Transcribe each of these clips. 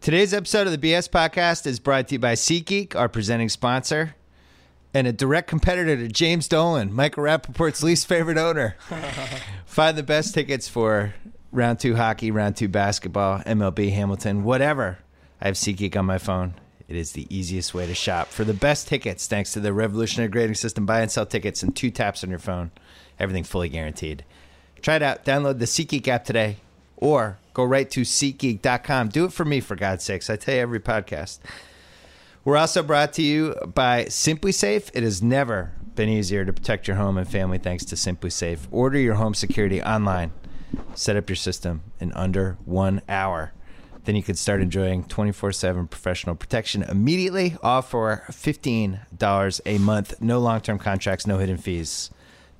Today's episode of the BS Podcast is brought to you by SeatGeek, our presenting sponsor, and a direct competitor to James Dolan, Michael Rappaport's least favorite owner. Find the best tickets for round two hockey, round two basketball, MLB, Hamilton, whatever. I have SeatGeek on my phone. It is the easiest way to shop for the best tickets thanks to the revolutionary grading system. Buy and sell tickets in two taps on your phone. Everything fully guaranteed. Try it out. Download the SeatGeek app today or go right to SeatGeek.com. Do it for me, for God's sakes. I tell you every podcast. We're also brought to you by Simply Safe. It has never been easier to protect your home and family thanks to Simply Safe. Order your home security online. Set up your system in under one hour. Then you can start enjoying 24 7 professional protection immediately, all for $15 a month. No long term contracts, no hidden fees,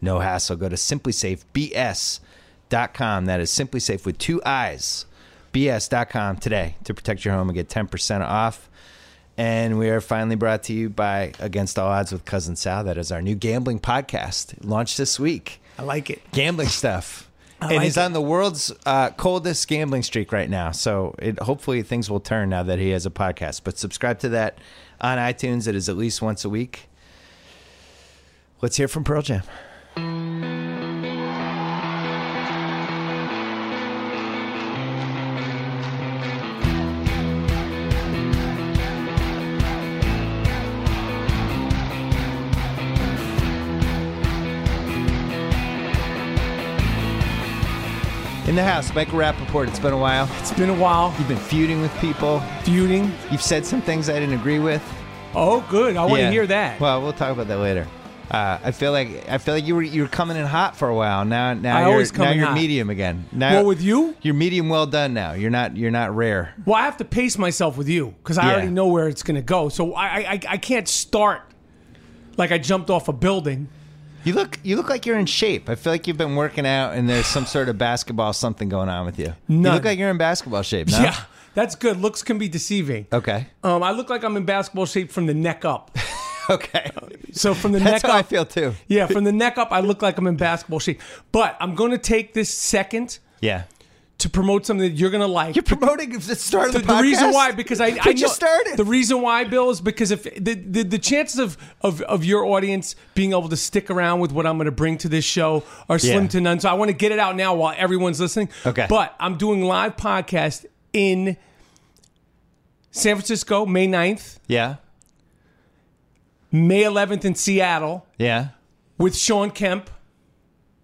no hassle. Go to simplysafebs.com. That is Simply Safe with two eyes. BS.com today to protect your home and get 10% off. And we are finally brought to you by Against All Odds with Cousin Sal. That is our new gambling podcast launched this week. I like it. Gambling stuff. I and like he's it. on the world's uh, coldest gambling streak right now. So it, hopefully things will turn now that he has a podcast. But subscribe to that on iTunes. It is at least once a week. Let's hear from Pearl Jam. In the house, Michael Rappaport. It's been a while. It's been a while. You've been feuding with people. Feuding. You've said some things I didn't agree with. Oh, good. I want to Yeah. hear that. Well, we'll talk about that later. Uh, I feel like I feel like you were you were coming in hot for a while. Now now I you're always come now in you're hot. medium again. Now well, with you, you're medium well done now. You're not you're not rare. well, I have to pace myself with you because I Yeah. already know where it's going to go. So I, I, I can't start like I jumped off a building. You look you look like you're in shape. I feel like you've been working out and there's some sort of basketball something going on with you. You None. look like you're in basketball shape. No? Yeah, that's good. Looks can be deceiving. Okay. Um, I look like I'm in basketball shape from the neck up. Okay. So from the That's neck how I up, feel too. yeah, from the neck up, I look like I'm in basketball shape. But I'm going to take this second Yeah. to promote something that you're going to like. You're promoting the start of the, the, podcast. the reason why because I, I But you know- started. The reason why, Bill, is because if the, the the chances of of of your audience being able to stick around with what I'm going to bring to this show are slim Yeah. to none. So I want to get it out now while everyone's listening. Okay. but I'm doing live podcast in San Francisco, May 9th, yeah. May 11th in Seattle Yeah. with Sean Kemp,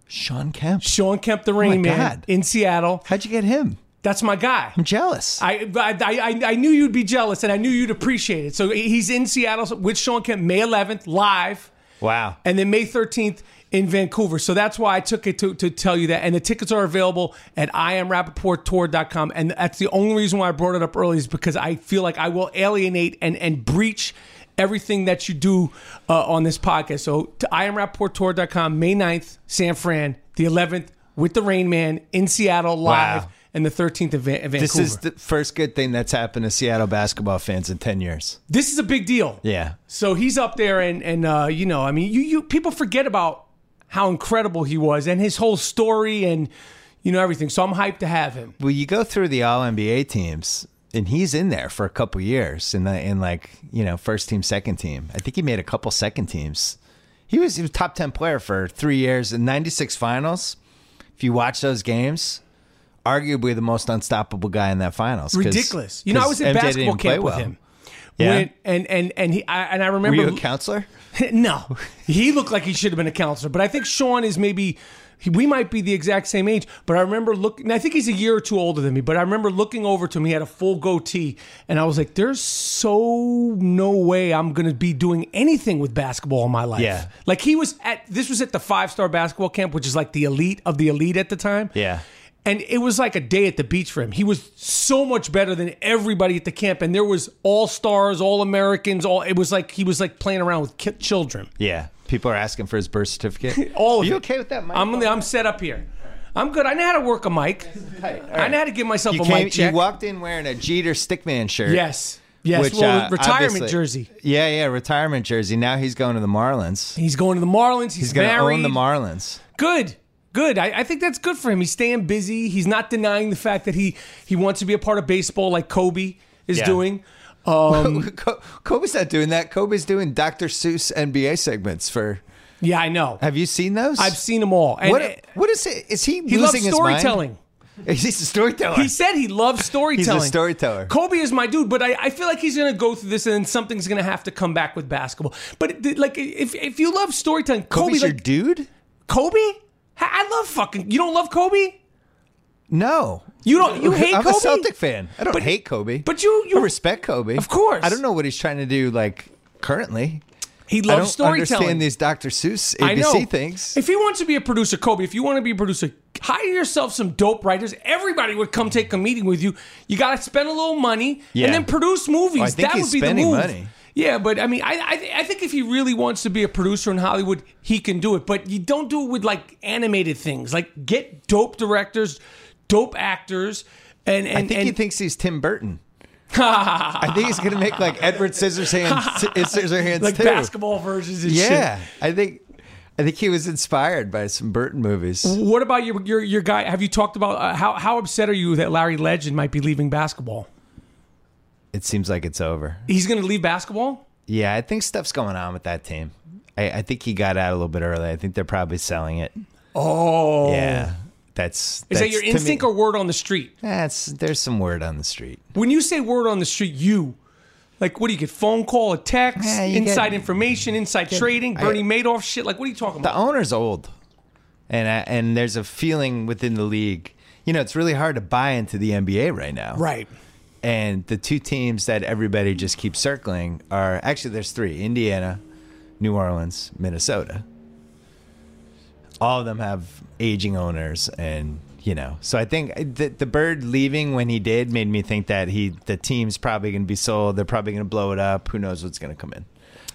Sean Kemp. Sean Kemp, the Rain Oh my Man God. in Seattle. How'd you get him? That's my guy. I'm jealous. I, I, I, I knew you'd be jealous and I knew you'd appreciate it. So he's in Seattle with Sean Kemp May 11th live wow. and then May 13th in Vancouver. So that's why I took it to, to tell you that. And the tickets are available at iamrappaporttour.com. And that's the only reason why I brought it up early is because I feel like I will alienate and, and breach everything that you do uh, on this podcast. So to iamrappaporttour.com, May 9th, San Fran, the 11th with the Rain Man in Seattle live. Wow. And the 13th of Van- Vancouver. This is the first good thing that's happened to Seattle basketball fans in 10 years. this is a big deal. Yeah. So he's up there, and and uh, you know, I mean, you you people forget about how incredible he was and his whole story and you know everything. So I'm hyped to have him. Well, you go through the All NBA teams, and he's in there for a couple years in the in like you know first team, second team. I think he made a couple second teams. He was he was top ten player for three years in '96 finals. If you watch those games, arguably the most unstoppable guy in that finals. 'cause- Ridiculous. You know, I 'cause was at MJ didn't basketball even play camp with well. him. Yeah? When- and and and he I, and I Were you remember a counselor? no, he looked like he should have been a counselor, but I think Sean is maybe. he- We might be the exact same age, but I remember looking. and I think he's a year or two older than me, but I remember looking over to him. He had a full goatee, and I was like, "There's so no way I'm going to be doing anything with basketball in my life." Yeah. like he was at this was at the five star basketball camp, which is like the elite of the elite at the time. Yeah. And it was like a day at the beach for him. He was so much better than everybody at the camp, and there was all stars, all Americans, all. It was like he was like playing around with ki- children. Yeah. People are asking for his birth certificate. All of Are you it. okay with that, Mike? I'm I'm set up here. I'm good. I know how to work a mic. I know how to give myself you a came. mic check. You walked in wearing a Jeter Stickman shirt. yes, yes. Which, well, uh, retirement obviously- jersey. Yeah, yeah, retirement jersey. Now he's going to the Marlins. He's going to the Marlins. He's, He's going to married. own the Marlins. Good. Good. I, I think that's good for him. He's staying busy. He's not denying the fact that he he wants to be a part of baseball like Kobe. is Yeah. doing. Um, Co- Kobe's not doing that. Kobe's doing Dr. Seuss NBA segments for. yeah, I know. Have you seen those? I've seen them all. And what, it- what is it? Is he, he loves losing his mind? storytelling. He's a storyteller. He said he loves storytelling. storyteller. Kobe is my dude, but I, I feel like he's going to go through this, and then something's going to have to come back with basketball. But it- like, if if you love storytelling, Kobe, Kobe's your like dude? Kobe, I- I love fucking. You don't love Kobe? No. You don't. You hate I'm Kobe? a Celtic fan. I don't But- hate Kobe. but you- you- I respect Kobe. Of course. I don't know what he's trying to do like currently. He I loves don't storytelling. understand these Dr. Seuss I know. ABC things. If he wants to be a producer, Kobe, if you want to be a producer, hire yourself some dope writers. Everybody would come take a meeting with you. You got to spend a little money Yeah. and then produce movies. I think that he's would be the spending move. money. Yeah, but I mean, I, I th- I think if he really wants to be a producer in Hollywood, he can do it. But you don't do it with like animated things. Like get dope directors, dope actors, and and I think and, he thinks he's Tim Burton. I think he's gonna make like Edward Scissorhands, Scissorhands like too. basketball versions and shit. Yeah, I think, I think he was inspired by some Burton movies. What about your your your guy? Have you talked about uh, how how upset are you that Larry Legend might be leaving basketball? It seems like it's over. He's going to leave basketball. Yeah, I think stuff's going on with that team. I, I think he got out a little bit early. I think they're probably selling it. Oh, Yeah, that's is that that's- your to instinct me- or word on the street? That's there's some word on the street. When you say word on the street, you like what do you get? Phone call, a text, Yeah, you inside get- information, inside trading, I- Bernie Madoff shit. Like what are you talking The about? owner's old, and I, and there's a feeling within the league. You know, it's really hard to buy into the NBA right now. Right. And the two teams that everybody just keeps circling are actually there's three: Indiana, New Orleans, Minnesota. All of them have aging owners, and you know. So I think the, the bird leaving when he did made me think that he the team's probably going to be sold. They're probably going to blow it up. Who knows what's going to come in?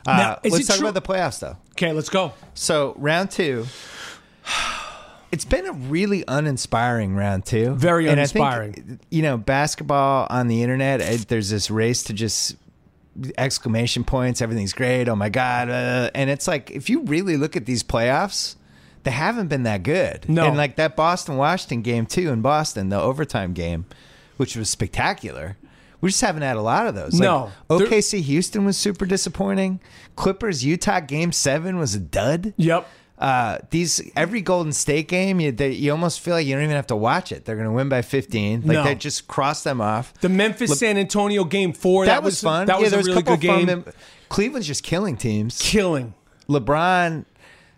Now, uh, is let's it talk true- about the playoffs, though. Okay, let's go. So round two. It's been a really uninspiring round two. Very And I think, uninspiring. you know, basketball on the internet. It, there's this race to just exclamation points. Everything's great. Oh my god! Uh, and it's like if you really look at these playoffs, they haven't been that good. No. and like that Boston Washington game too in Boston, the overtime game, which was spectacular. We just haven't had a lot of those. Like, No. There- OKC Houston was super disappointing. Clippers Utah game seven was a dud. Yep. Uh, these every Golden State game, you they, you almost feel like you don't even have to watch it. They're going to win by fifteen. Like No. they just cross them off. The Memphis San Antonio game four. that, was, fun. That yeah, was there a was really a couple good of fun game. mem- Cleveland's just killing teams. Killing. LeBron.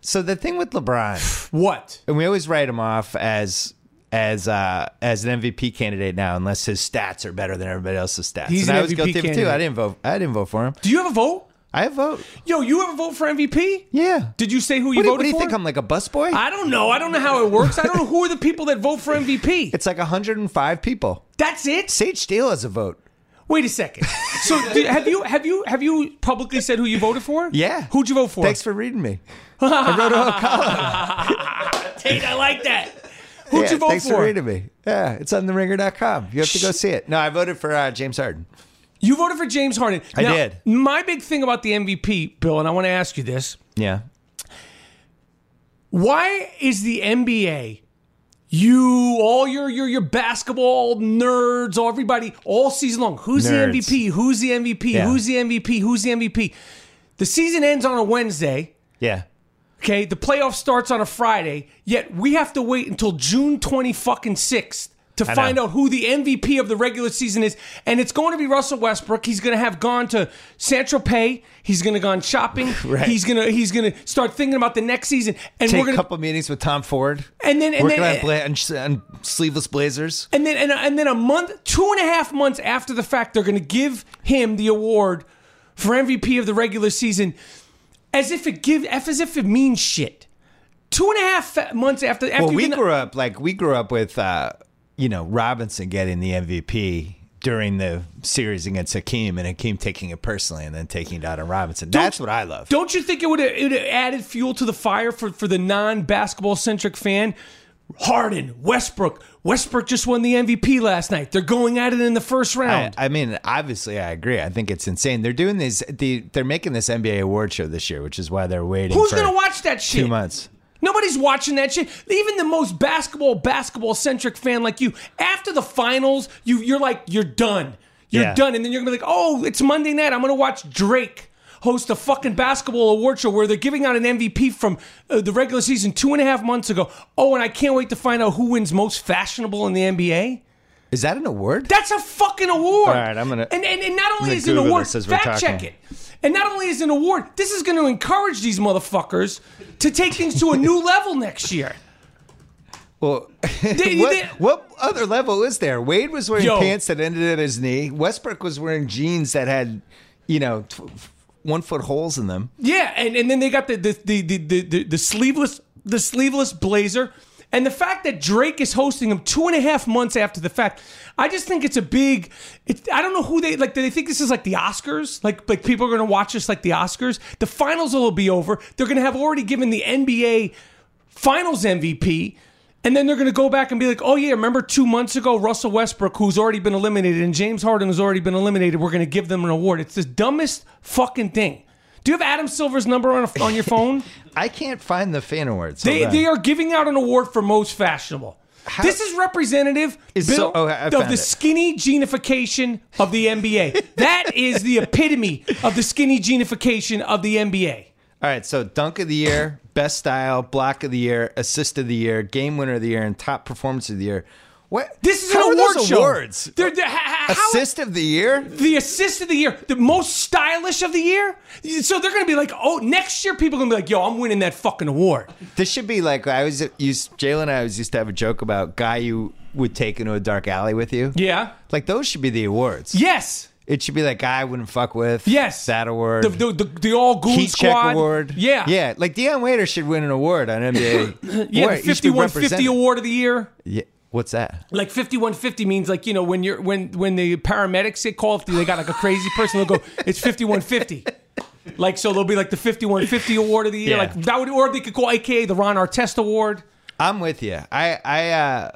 So the thing with LeBron, What? and we always write him off as as uh, as an MVP candidate now, unless his stats are better than everybody else's stats. He's and I an was MVP guilty of it too. candidate. I didn't vote. I didn't vote for him. Do you have a vote? I vote. Yo, you have a vote for MVP? Yeah. Did you say who you What do, what voted do you for? think? I'm like a busboy. I don't know. I don't know how it works. I don't know who are the people that vote for MVP. It's like 105 people. That's it. Sage Steele has a vote. Wait a second. So do- have you have you have you publicly said who you voted for? Yeah. Who'd you vote for? Thanks for reading me. I wrote a whole column. Tate, I like that. Who'd Yeah, you vote thanks for? reading me. Yeah, it's on theringer.com. You have to go see it. No, I voted for uh, James Harden. You voted for James Harden. I Now, did. My big thing about the MVP, Bill, and I want to ask you this: Yeah. Why is the NBA? You, all your your your basketball nerds, all everybody, all season long. Who's Nerds. the MVP? Who's the MVP? Yeah. Who's the MVP? Who's the MVP? The season ends on a Wednesday. Yeah. Okay, the playoff starts on a Friday, yet we have to wait until June twenty fucking sixth to know. find out who the MVP of the regular season is, and it's going to be Russell Westbrook. He's going to have gone to San Tropez. He's going to gone shopping. Right. He's gonna he's going to start thinking about the next season, and Take we're going a to couple meetings with Tom Ford. and then and working then. on, bla- on, sh- on sleeveless blazers. and then and, and then a month, two and a half months after the fact, they're going to give him the award for MVP of the regular season, as if it give F as if it means shit. Two and a half fa- months after, after Well, you've we been- grew up like we grew up with uh, you know Robinson getting the MVP during the series against Hakeem and Hakeem taking it personally and then taking it out on Robinson. That's what I love. Don't you think it would have it would've added fuel to the fire for, for the non basketball centric fan? Harden, Westbrook. Westbrook just won the MVP last night. They're going at it in the first I, round. I mean, obviously, I agree. I think it's insane. They're doing these. The, they're making this NBA award show this year, which is why they're waiting. Who's for going to watch that shit? Two months. Nobody's watching that shit. Even the most basketball basketball centric fan like you, after the finals, you you're like you're done. You're Yeah. done. And then you're going to be like, oh, it's Monday night. I'm going to watch Drake host a fucking basketball award show where they're giving out an MVP from uh, the regular season two and a half months ago. Oh, and I can't wait to find out who wins most fashionable in the NBA. Is that an award? That's a fucking award. All right, I'm gonna- And and, and not only gonna is it an Google award, this as we're fact check talking. it. And not only is it an award, this is going to encourage these motherfuckers to take things to a new level next year. Well, They- what, they- what other level is there? Wade was wearing Yo. pants that ended at his knee. Westbrook was wearing jeans that had, you know, t- one foot holes in them. Yeah, and, and then they got the the, the the the the the sleeveless the sleeveless blazer, and the fact that Drake is hosting him two and a half months after the fact, I just think it's a big. It, I don't know who they like. Do they think this is like the Oscars? Like like people are going to watch this like the Oscars. The finals will be over. They're going to have already given the NBA Finals MVP. And then they're going to go back and be like, oh, yeah, remember two months ago, Russell Westbrook, who's already been eliminated, and James Harden, who's already been eliminated, we're going to give them an award. It's the dumbest fucking thing. Do you have Adam Silver's number on, a, on your phone? I can't find the fan awards. they, Hold on. they are giving out an award for most fashionable. this is representative It's so- oh, I- I of the found it. skinny genification of the NBA. that is the epitome of the skinny genification of the NBA. All right, so dunk of the year, best style, block of the year, assist of the year, game winner of the year, and top performance of the year. What? This is How are an award those show. awards? They're- they're- ha- ha- how- assist of the year? the assist of the year, the most stylish of the year. So they're going to be like, oh, next year people are going to be like, yo, I'm winning that fucking award. This should be like I was used. Jalen and I was used to have a joke about guy you would take into a dark alley with you. Yeah. Like those should be the awards. Yes. It should be like guy I wouldn't fuck with. Yes. that award. The, the, the, the all goon Heat squad. check award. Yeah. yeah. Like Deion Waiter should win an award on NBA. Yeah. Award. The He should be 5150 represented. award of the year. Yeah. What's that? Like 5150 means like, you know, when you're when when the paramedics get called, they got like a crazy person, they'll go, it's 5150. Like so they'll be like the 5150 award of the year. Yeah. Like that would or they could call AKA the Ron Artest award. I'm with you. I I uh,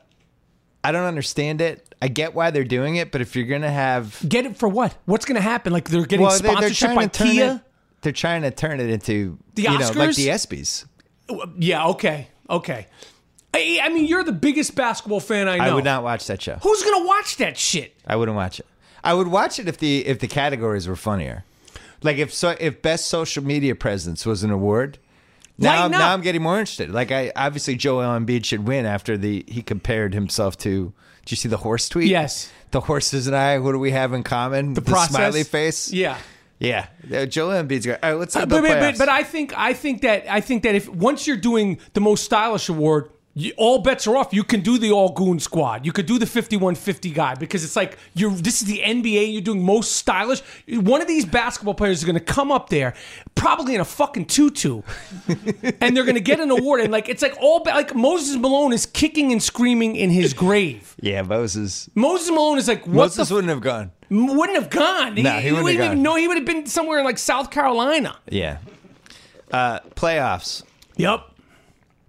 I don't understand it. I get why they're doing it, but if you're gonna have Get it for what? What's going to happen? Like they're getting well, they, are sponsorship trying by to turn Kia? it. They're trying to turn it into The you know, like Oscars? the ESPYS. Yeah, okay. Okay. I, I mean, you're the biggest basketball fan I know. I would not watch that show. Who's going to watch that shit? I wouldn't watch it. I would watch it if the if the categories were funnier. Like if so, if best social media presence was an award. Now, Why I'm, not? now I'm getting more interested. Like I obviously Joel Embiid should win after the he compared himself to. Did you see the horse tweet? Yes. The horses and I. What do we have in common? The, process? smiley face. Yeah. Uh, Yeah, uh, Joel Embiid's guy. All right, let's talk But, about but, but, playoffs. but I think I think that I think that if once you're doing the most stylish award, you, all bets are off. You can do the all goon squad. You could do the 5150 guy because it's like you're this is the NBA. You're doing most stylish. One of these basketball players is going to come up there, probably in a fucking tutu, and they're going to get an award. And like it's like all ba- like Moses Malone is kicking and screaming in his grave. yeah, Moses. Moses Malone is like, what Moses wouldn't have gone. the f- wouldn't have gone. Nah, he wouldn't have even gone. know he would have been somewhere in like South Carolina. Yeah. Uh, playoffs. Yep.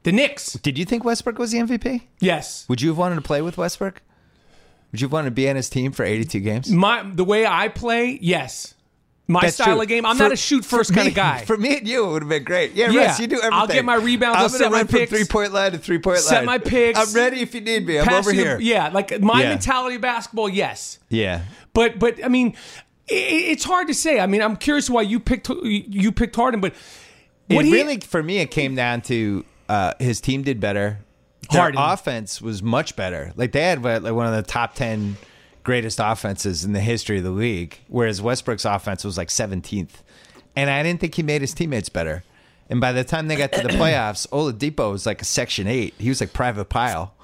The Knicks. Did you think Westbrook was the MVP? Yes. Would you have wanted to play with Westbrook? Would you have wanted to be on his team for 82 games? My the way I play, yes. My That's style true. of game. I'm For- not a shoot first for kind me- of guy. For me and you, it would have been great. Yeah, Yeah. Russ, you do everything. I'll get my rebounds, I'm I'll gonna set my run from picks. three point line to three point line. Set my picks. I'm ready if you need me. I'm Pass over you the- here. yeah, like my Yeah. mentality of basketball, yes. yeah. But but I mean, i i- it's hard to say. I mean, I'm curious why you picked you picked Harden, but what it he really, for me, it came down to uh, his team did better. Harden. Their offense was much better. Like they had what, like one of the top ten greatest offenses in the history of the league, whereas Westbrook's offense was like seventeenth. And I didn't think he made his teammates better. And by the time they got to the playoffs, Oladipo was like a section eight. He was like private pile.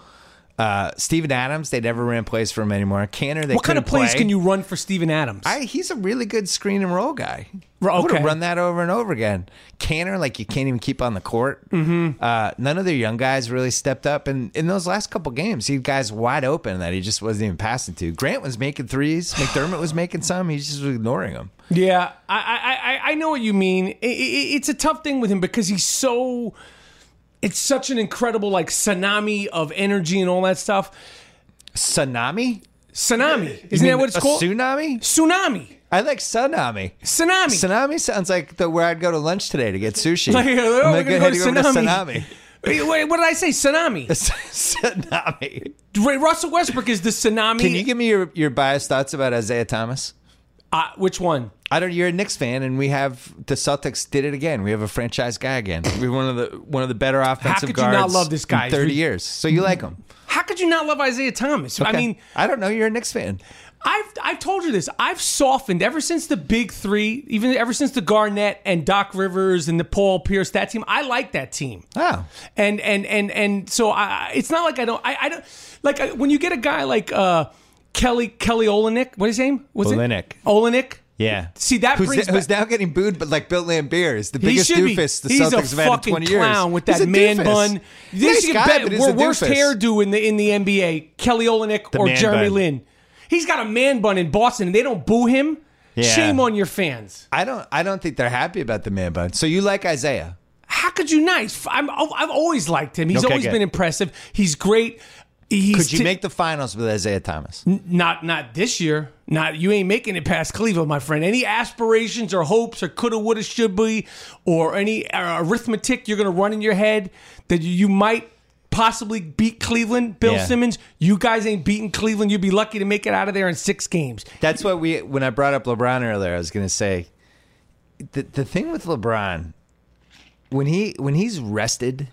Uh, Steven Adams, they never ran plays for him anymore. Canner, they what kind of couldn't plays play. can you run for Steven Adams? I, he's a really good screen and roll guy. Ro- I would have okay. run that over and over again. Canner, like you can't even keep on the court. Mm-hmm. Uh, none of their young guys really stepped up, and in those last couple games, he had guys wide open that he just wasn't even passing to. Grant was making threes. McDermott was making some. He's just ignoring them. Yeah, I- I I, I know what you mean. I- I I- it's a tough thing with him because he's so. It's such an incredible like tsunami of energy and all that stuff. Tsunami? Tsunami, You isn't mean that what it's a called? Tsunami? tsunami, I like tsunami. tsunami. Tsunami sounds like the where I'd go to lunch today to get sushi. Like, oh, we're I'm gonna go to heading over tsunami. tsunami. Wait, what did I say? Tsunami. Tsunami. Ray- Russell Westbrook is the tsunami. Can you give me your, your biased thoughts about Isaiah Thomas? uh, which one? I don't. You're a Knicks fan, and we have the Celtics did it again. We have a franchise guy again. We're one of the one of the better offensive could you guards. not love this guy? In Thirty years, so you like him. How could you not love Isaiah Thomas? I Okay. mean, I don't know. You're a Knicks fan. I've I've told you this. I've softened ever since the big three, even ever since the Garnett and Doc Rivers and the Paul Pierce that team. I like that team. Oh, and and and and so I, it's not like I don't I, I don't like I, when you get a guy like uh, Kelly Kelly Olenek. What is his name? Was Olynyk. It? Olenek. yeah. See, that who's, brings who's back- now getting booed, but like Bill Lambier is the He biggest should be. doofus the he's Celtics a have had in fucking twenty clown years. with that He's a man doofus. bun. Nice This is guy, but he's a worst doofus. hairdo in the in the NBA. Kelly Olenek or man Jeremy bun. Lin. He's got a man bun in Boston, and they don't boo him. Yeah. Shame on your fans. I don't. I don't think they're happy about the man bun. So you like Isaiah? How could you not? He's- I'm, I've always liked him. He's Okay, always good. been impressive. He's great. He's Could you t- make the finals with Isaiah Thomas? Not not this year. Not you ain't making it past Cleveland, my friend. Any aspirations or hopes or coulda, woulda, should be, or any uh, arithmetic you're gonna run in your head that you, you might possibly beat Cleveland, Bill Yeah. Simmons. You guys ain't beating Cleveland. You'd be lucky to make it out of there in six games. That's what we when I brought up LeBron earlier, I was gonna say the the thing with LeBron when he when he's rested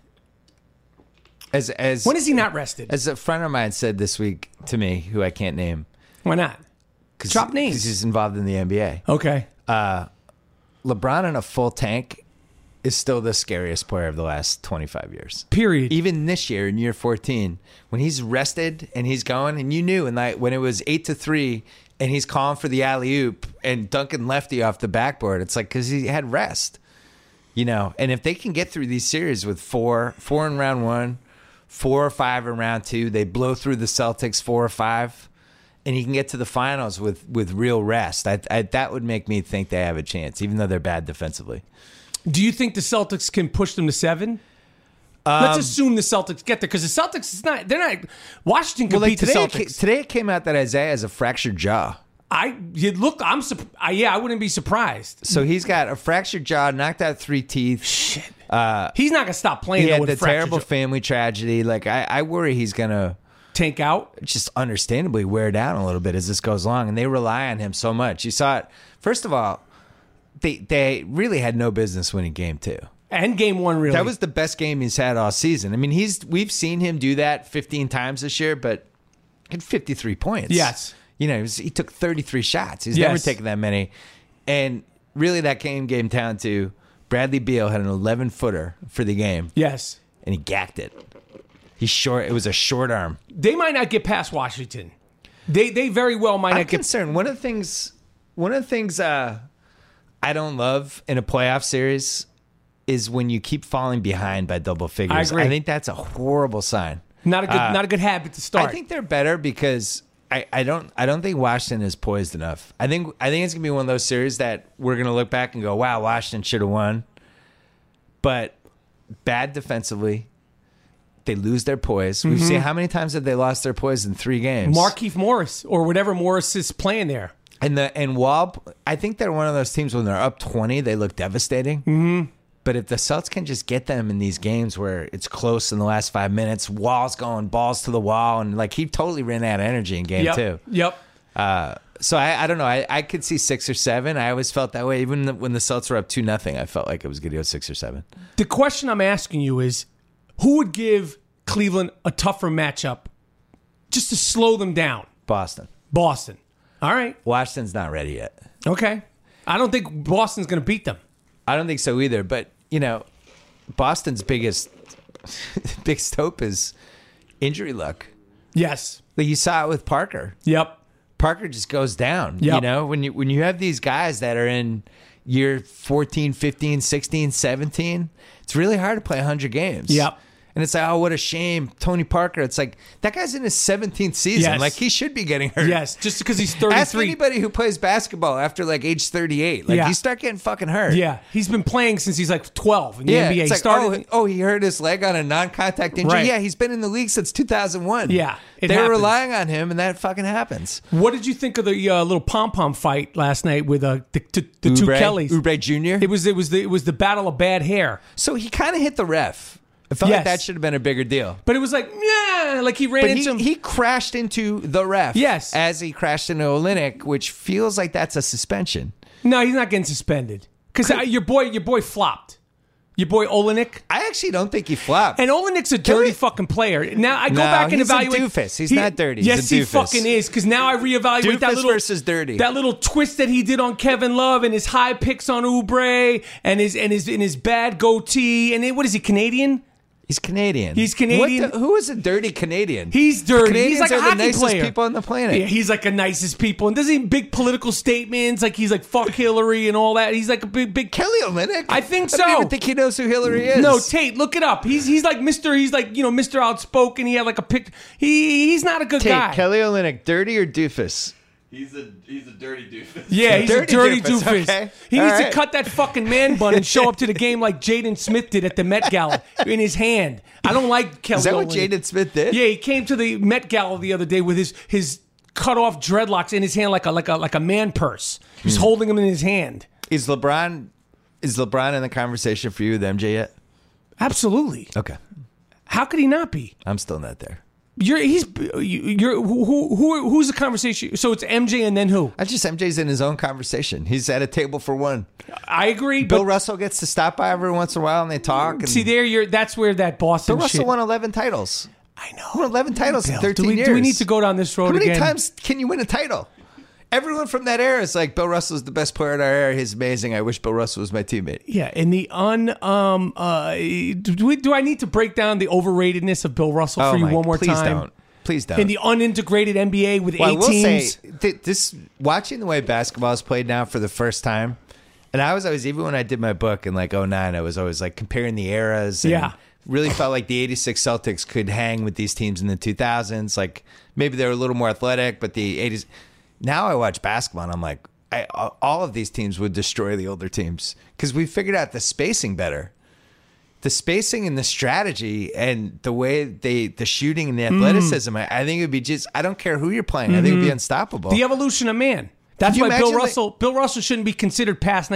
as as When is he not rested? as a friend of mine said this week to me, who I can't name, Why not? because Drop names. he's involved in the NBA. Okay. LeBron in a full tank is still the scariest player of the last twenty five years. Period. Even this year in year 14, when he's rested and he's going, and you knew, and like when it was eight to three, and he's calling for the alley oop and Duncan lefty off the backboard, it's like because he had rest, you know. And if they can get through these series with four, four in round one, four or five in round two, they blow through the Celtics four or five, and he can get to the finals with with real rest. I, I, that would make me think they have a chance, even though they're bad defensively. Do you think the Celtics can push them to seven? Um, Let's assume the Celtics get there because the Celtics is not. They're not. Washington could Well, like beat today, the it Celtics. ca- today it came out that Isaiah has a fractured jaw. I you look. I'm. Sup- I, yeah, I wouldn't be surprised. So he's got a fractured jaw, knocked out three teeth. Uh, He's not gonna stop playing. He though, had with the fracture terrible jo- family tragedy. Like I, I worry he's gonna tank out. just understandably wear down a little bit as this goes along, and they rely on him so much. You saw it. First of all, they they really had no business winning game two. And game one really. That was the best game he's had all season. I mean, he's we've seen him do that 15 times this year, but he had 53 points. Yes. You know, he, was, he took 33 shots. He's never Yes. taken that many. And really, that game came down to Bradley Beal had an 11 footer for the game, yes. and he gacked it. He short. It was a short arm. They might not get past Washington. They they very well might I'm not get. concerned. One of the things, one of the things uh, I don't love in a playoff series is when you keep falling behind by double figures. agree. I think that's a horrible sign. Not a good not a good habit to start. uh, I think they're better because I, I don't I don't think Washington is poised enough. I think I think it's gonna be one of those series that we're gonna look back and go, wow, Washington should have won. But bad defensively. They lose their poise. We've seen how many times have they lost their poise in three games. Markeith Morris or whatever Morris is playing there. and the and Wall. I think they're one of those teams when they're up twenty, they look devastating. But if the Celts can just get them in these games where it's close in the last five minutes, Wall's going balls to the wall, and like he totally ran out of energy in game Yep. two. Yep. So I, I don't know. I, I could see six or seven. I always felt that way. Even th- when the Celts were up two nothing, I felt like it was going to go six or seven. The question I'm asking you is, who would give Cleveland a tougher matchup, just to slow them down? Boston, Boston. All right. Washington's not ready yet. Okay. I don't think Boston's gonna beat them. I don't think so either. But you know, Boston's biggest biggest hope is injury luck. Yes. Like you saw it with Parker. Yep. Parker just goes down. You Yep. know, when you when you have these guys that are in year 14, 15, 16, 17, it's really hard to play 100 games. Yep. And it's like, oh, what a shame. Tony Parker. It's like, that guy's in his 17th season. Yes. Like, he should be getting hurt. Yes, just because he's Ask 33. anybody who plays basketball after like age 38. Like, Yeah. you start getting fucking hurt. Yeah, he's been playing since he's like 12 in the Yeah, NBA. it's He like, started. oh, oh, he hurt his leg on a non-contact injury. Right. Yeah, he's been in the league since 2001. Yeah, it they're happens. relying on him, and that fucking happens. What did you think of the uh, little pom pom fight last night with uh, the, the, the two Oubre- Kellys? Oubre Jr. It was it was the it was the battle of bad hair. So he kind of hit the ref. It felt Yes. like that should have been a bigger deal. But it was like, yeah, like he ran But into he, him. he crashed into the ref. Yes. As he crashed into Olenek, which feels like that's a suspension. no, he's not getting suspended because your boy, your boy flopped. Your boy Olenek. I actually don't think he flopped. And Olenek's a dirty we- fucking player. Now I go No, back and he's a evaluate. doofus. He's not dirty. He's Yes, a he doofus. fucking is. Because now I reevaluate that Doofus little versus dirty. That little twist that he did on Kevin Love and his high picks on Oubre and his and his and his bad goatee and it, what is he Canadian? he's Canadian. He's Canadian. What the- who is a dirty Canadian? He's dirty. Canadians he's like are a hockey the nicest player. people on the planet. Yeah, he's like the nicest people, and does he big political statements like he's like fuck Hillary and all that. He's like a big big. Kelly Olynyk? I think I don't so. even think he knows who Hillary is. No, Tate, look it up. He's he's like Mister. He's like you know Mister Outspoken. He had like a pic. He he's not a good Tate, guy. Kelly Olynyk, dirty or doofus? He's a he's a dirty doofus. Yeah, he's Dirty a dirty doofus, doofus. okay. He All needs right. to cut that fucking man bun and show up to the game like Jaden Smith did at the Met Gala in his hand. I don't like Kelly. Is that what Olynyk. Jaden Smith did? Yeah, he came to the Met Gala the other day with his his cut off dreadlocks in his hand like a like a like a man purse. Hmm. He's holding them in his hand. Is LeBron is LeBron in the conversation for you with MJ yet? Absolutely. Okay. How could he not be? I'm still not there. You're he's you- you're who who- who who's the conversation? So it's MJ and then who? I just MJ's in his own conversation. He's at a table for one. I agree. Bill but Russell gets to stop by every once in a while and they talk. And see, there you're that's where that Boston Bill Russell shit. won 11 titles. I Won know. 11 titles in Bill, 13 do, we, years. do we need to go down this road How many again? times can you win a title? Everyone from that era is like, Bill Russell's the best player in our era. He's amazing. I wish Bill Russell was my teammate. Yeah, and the un um uh do, we, do I need to break down the overratedness of Bill Russell for you Oh my- one more please time? don't. Please don't. In the unintegrated NBA with Well, I eight will teams, say th- this: watching the way basketball is played now for the first time, and I was always even when I did my book in like 09, I was always like comparing the eras. And Yeah. really felt like the '86 Celtics could hang with these teams in the 2000s. Like maybe they were a little more athletic, but the '80s. Now I watch basketball, and I'm like, I, all of these teams would destroy the older teams because we figured out the spacing better the spacing and the strategy and the way they the shooting and the athleticism, Mm. I, I think it would be just I don't care who you're playing. I think Mm-hmm. it'd be unstoppable. the evolution of man. That's you why Bill imagine, like- Russell Bill Russell shouldn't be considered past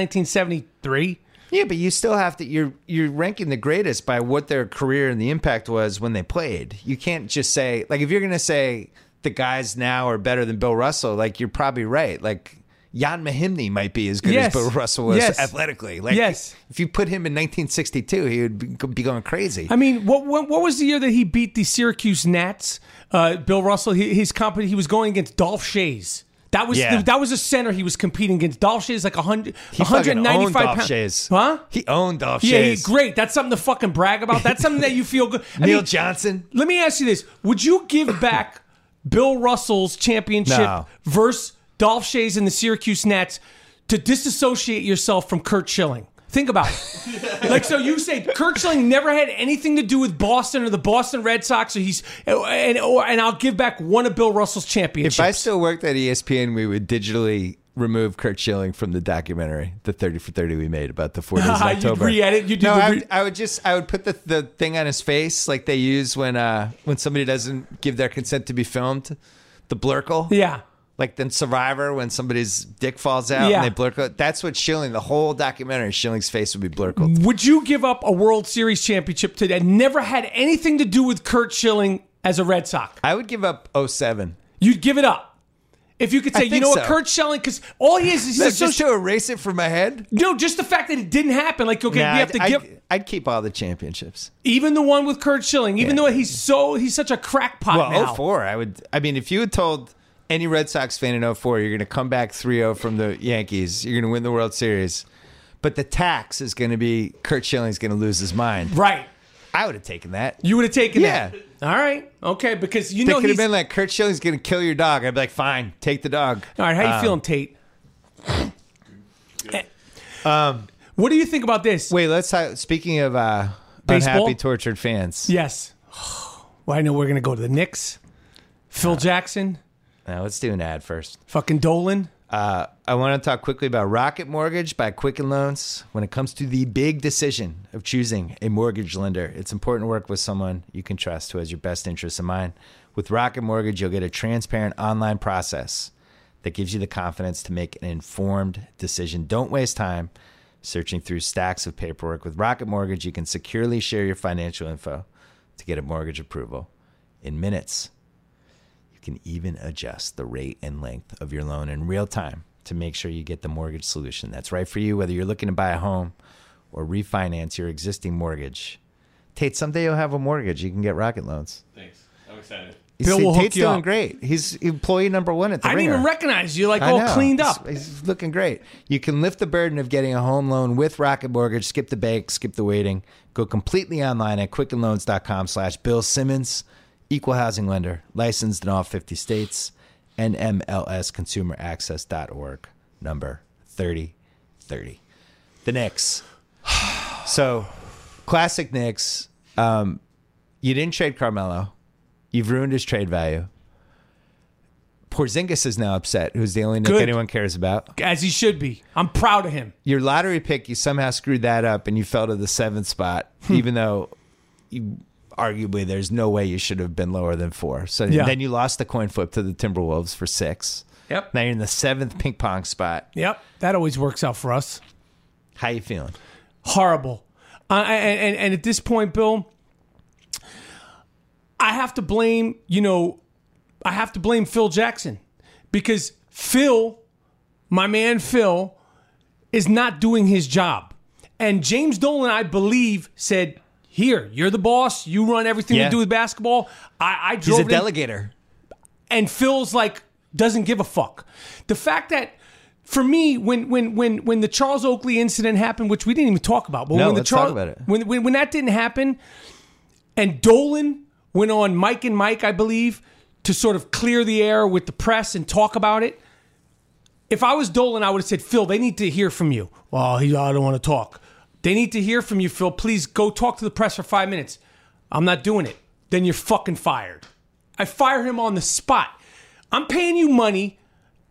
1973. yeah, but you still have to you're you're ranking the greatest by what their career and the impact was when they played. You can't just say like if you're gonna say the guys now are better than Bill Russell, like you're probably right. Like Jan Mahimny might be as good Yes. as Bill Russell was Yes. athletically. Like Yes. if you put him in 1962, he would be, be going crazy. I mean, what, what what was the year that he beat the Syracuse Nats? Uh, Bill Russell, he, his company, he was going against Dolph Shays. That was Yeah. the, that was a center he was competing against. Dolph Shays like 100, he fucking owned 195 Dolph pounds. Shays. Huh? He owned Dolph Yeah, he, Shays. great. That's something to fucking brag about. That's something that you feel good. I Neil mean, Johnson. let me ask you this: Would you give back Bill Russell's championship No. versus Dolph Shays and the Syracuse Nats to disassociate yourself from Kurt Schilling? Think about it. like, so you say Kurt Schilling never had anything to do with Boston or the Boston Red Sox, so he's and or, and I'll give back one of Bill Russell's championships. If I still worked at E ESPN, we would digitally remove Kurt Schilling from the documentary, the 30 for 30 we made about the 40s in You'd October. re-edit, you'd do no, the I, re- would, I would just, I would put the, the thing on his face like they use when uh, when somebody doesn't give their consent to be filmed, the blurkle. yeah. Like then Survivor, when somebody's dick falls out Yeah. and they blurkle. That's what Schilling, the whole documentary, Schilling's face would be blurkled. Would you give up a World Series championship to that never had anything to do with Kurt Schilling as a Red Sox? I would give up 07. You'd give it up. If you could say, you think know so. what, Kurt Schilling, because all he is is he's That's a just social. to erase it from my head. No, just the fact that it didn't happen. Like, okay, Nah, we have to I'd- give I'd, I'd keep all the championships. even the one with Kurt Schilling, even though he's so he's such a crackpot Well, now. 04, I would. I mean, if you had told any Red Sox fan in 04, you're going to come back 3 0 from the Yankees, you're going to win the World Series, but the tax is going to be Kurt Schilling's going to lose his mind. Right? I would have taken that. You would have taken Yeah. that. All right, okay, because you They know could he's. have been like, Kurt Schilling's going to kill your dog. I'd be like, fine, take the dog. all right, how you feeling, Tate? um, what do you think about this? Wait, let's talk. Speaking of uh, Baseball? unhappy, tortured fans, Yes. Well, I know we're gonna go to the Knicks. Uh, Phil Jackson, now let's do an ad first. fucking Dolan. Uh, I want to talk quickly about Rocket Mortgage by Quicken Loans. When it comes to the big decision of choosing a mortgage lender, it's important to work with someone you can trust who has your best interests in mind. With Rocket Mortgage, you'll get a transparent online process that gives you the confidence to make an informed decision. Don't waste time. Searching through stacks of paperwork with Rocket Mortgage, you can securely share your financial info to get a mortgage approval in minutes. You can even adjust the rate and length of your loan in real time to make sure you get the mortgage solution that's right for you, whether you're looking to buy a home or refinance your existing mortgage. Tate, someday you'll have a mortgage. You can get Rocket Loans. Thanks. I'm excited. You Bill see, will hook Tate's you doing up. great. He's employee number one at the I didn't Ringer. even recognize you. Like I all know. cleaned He's- up. He's, looking great. You can lift the burden of getting a home loan with Rocket Mortgage. Skip the bank, skip the waiting. Go completely online at quickenloans.com slash Bill Simmons. Equal housing lender, licensed in all 50 states. NMLSconsumeraccess.org, number 3030. The Knicks. So, classic Knicks. Um, you didn't trade Carmelo. You've ruined his trade value. Porzingis is now upset, who's the only Nick Good. anyone cares about. as he should be. I'm proud of him. Your lottery pick, you somehow screwed that up and you fell to the seventh spot, Hmm. even though you, arguably there's no way you should have been lower than four. So Yeah. then you lost the coin flip to the Timberwolves for six. Yep. Now you're in the seventh ping pong spot. Yep. That always works out for us. How you feeling? horrible. Uh, and, and and at this point, Bill, I have to blame you know, I have to blame Phil Jackson because Phil, my man Phil, is not doing his job. And James Dolan, I believe, said, "Here, you're the boss. You run everything Yeah. to do with basketball. I, I He's a drove it in- delegator. and Phil's like doesn't give a fuck. The fact that for me, when when when when the Charles Oakley incident happened, which we didn't even talk about, but No, when the let's talk Charles about it. when, when when that didn't happen, and Dolan went on Mike and Mike, I believe, to sort of clear the air with the press and talk about it. If I was Dolan, I would have said, Phil, they need to hear from you. Well, he, I don't want to talk. They need to hear from you, Phil. Please go talk to the press for five minutes. I'm not doing it. Then you're fucking fired. I fire him on the spot. I'm paying you money.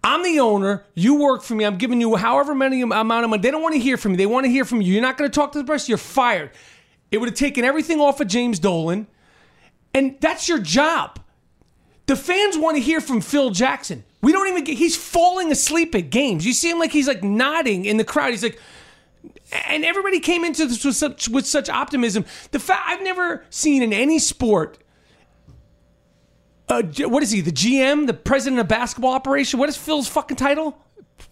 I'm the owner. You work for me. I'm giving you however many amount of money. They don't want to hear from you. They want to hear from you. You're not going to talk to the press. You're fired. It would have taken everything off of James Dolan. And that's your job. The fans want to hear from Phil Jackson. We don't even get, he's falling asleep at games. You see him like he's like nodding in the crowd. He's like, and everybody came into this with such, with such optimism. The fact I've never seen in any sport, uh, J- what is he, the GM, the president of basketball operation? What is Phil's fucking title?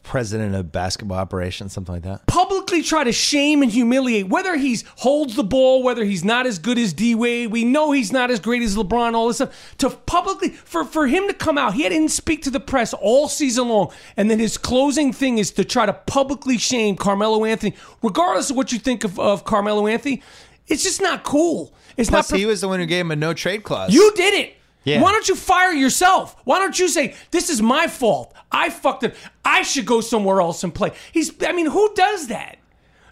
President of basketball operations, something like that. publicly try to shame and humiliate whether he's holds the ball, whether he's not as good as D Wade. We know he's not as great as LeBron. All this stuff to publicly for for him to come out, he didn't speak to the press all season long, and then his closing thing is to try to publicly shame Carmelo Anthony, regardless of what you think of, of Carmelo Anthony. It's just not cool. It's Plus, not. prof- he was the one who gave him a no trade clause. you did it. Yeah. Why don't you fire yourself? Why don't you say this is my fault? I fucked it. I should go somewhere else and play. He's. I mean, who does that?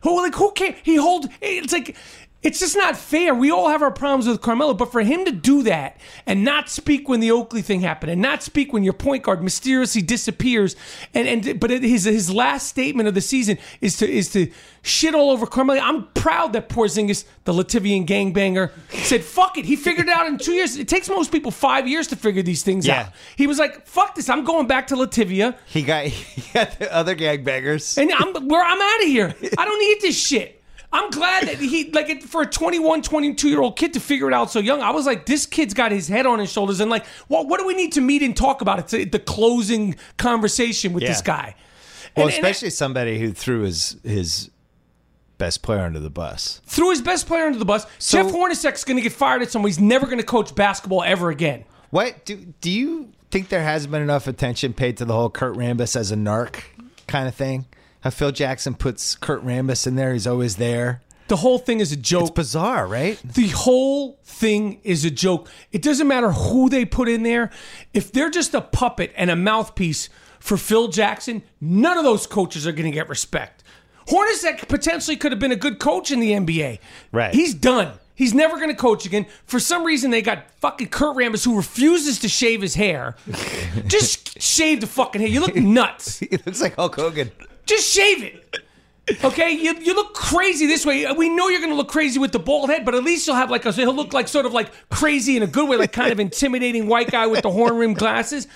Who like who can't? He hold. It's like. It's just not fair. We all have our problems with Carmelo, but for him to do that and not speak when the Oakley thing happened, and not speak when your point guard mysteriously disappears, and and but it, his his last statement of the season is to is to shit all over Carmelo. I'm proud that Porzingis, the Latvian gangbanger, said fuck it. He figured it out in two years. It takes most people five years to figure these things Yeah. out. He was like, fuck this. I'm going back to Latvia. He got, he got the other gangbangers. And I'm where I'm out of here. I don't need this shit. I'm glad that he like it, for a 21, 22 year old kid to figure it out so young. I was like, this kid's got his head on his shoulders, and like, what what do we need to meet and talk about? It's uh, the closing conversation with this Yeah. guy. Well, And- and- especially somebody who threw his his best player under the bus. threw his best player under the bus. Jeff Hornacek's going to get fired at somebody. He's never going to coach basketball ever again. What do do you think there has been enough attention paid to the whole Kurt Rambis as a narc kind of thing? How Phil Jackson puts Kurt Rambis in there, he's always there. The whole thing is a joke. Bizarre, right? The whole thing is a joke. It doesn't matter who they put in there. If they're just a puppet and a mouthpiece for Phil Jackson, none of those coaches are going to get respect. Hornacek potentially could have been a good coach in the NBA. Right. He's done. He's never going to coach again. For some reason, they got fucking Kurt Rambis who refuses to shave his hair. just shave the fucking hair. You look nuts. He looks like Hulk Hogan. Just shave it. Okay, you, you look crazy this way. We know you're going to look crazy with the bald head, but at least you'll have like a he'll look like sort of like crazy in a good way, like kind of intimidating white guy with the horn rimmed glasses.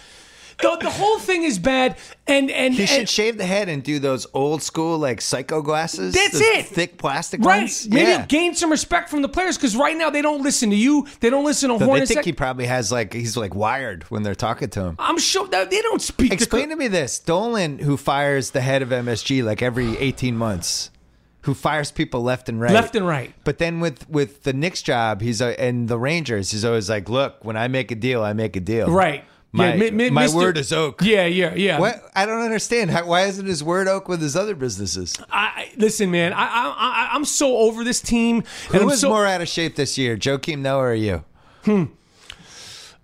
the, the whole thing is bad. And and, He should and- shave the head and do those old school like psycho glasses. That's those it. Thick plastic right, ones. maybe yeah. gain some respect from the players because right now they don't listen to you. They don't listen to So they Hornets. think he probably has like he's like wired when they're talking to him. I'm sure that they don't speak. Explain to to, me this: Dolan, who fires the head of MSG like every eighteen months, who fires people left and right, Left and right. But then with with the Knicks job, he's uh, and the Rangers, he's always like, "Look, when I make a deal, I make a deal." right. My mi- mi- my Mr. word is oak. Yeah, yeah, yeah. What? I don't understand. How, why isn't his word oak with his other businesses? I, I- listen, man, I, I, I, I'm so over this team. and Who I'm was so, more out of shape this year, Joakim Noah or you?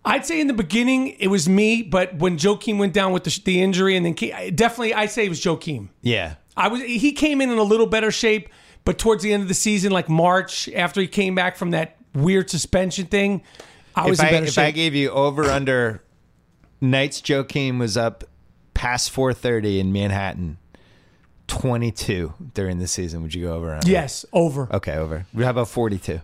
I'd say in the beginning it was me, but when Joakim went down with the, the injury, and then Ke- I- definitely I say it was Joakim. Yeah. I was he came in in a little better shape, but towards the end of the season, like March, after he came back from that weird suspension thing, I was If, I, in better if I shape. gave you over under nights Joakim was up past 4:30 in Manhattan, 22 during the season, would you go over? or Under? yes, over. Okay, over. How about 42?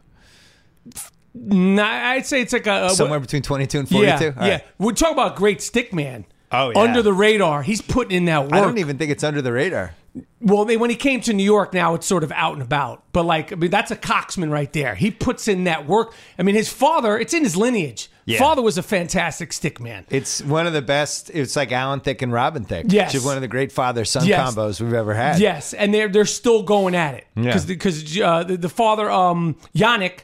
No, I'd say it's like a, a Somewhere between 22 and 42. Yeah, All right. yeah. We're talking about great stick man. Oh, yeah. Under the radar, he's putting in that work. I don't even think it's under the radar. Well, they, when he came to New York, now it's sort of out and about. But like, I mean, that's a coxman right there. He puts in that work. I mean, his father, it's in his lineage. Yeah. Father was a fantastic stick man. It's one of the best. It's like Alan Thick and Robin Thick. Yes. Which is one of the great father son Yes. combos we've ever had. Yes, and they're they're still going at it Yeah. because uh, the, the father um, Yannick,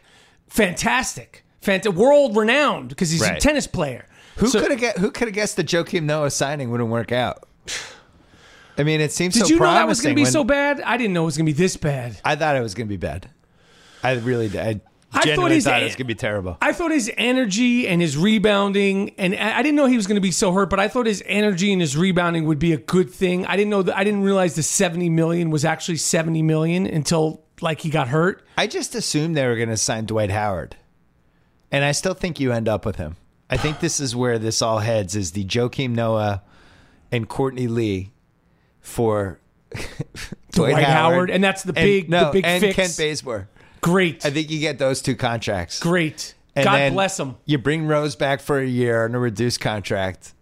fantastic, fant- world renowned because he's a Right. tennis player. Who So- could have who could have guessed the Joakim Noah signing wouldn't work out? I mean, it seems Did so you know promising. that was going to be when- so bad? I didn't know it was going to be this bad. I thought it was going to be bad. I really did. I, I thought genuinely his thought, a- it was going to be terrible. I thought his energy and his rebounding, and I I didn't know he was going to be so hurt, but I thought his energy and his rebounding would be a good thing. I didn't know that. I didn't realize the seventy million was actually seventy million until like he got hurt. I just assumed they were going to sign Dwight Howard, and I still think you end up with him. I think this is where this all heads: is the Joakim Noah and Courtney Lee for Dwight, Dwight Howard, and that's the big, no, the big and fix. Kent Bazemore. Great, I think you get those two contracts. great. And God then bless him. You bring Rose back for a year on a reduced contract,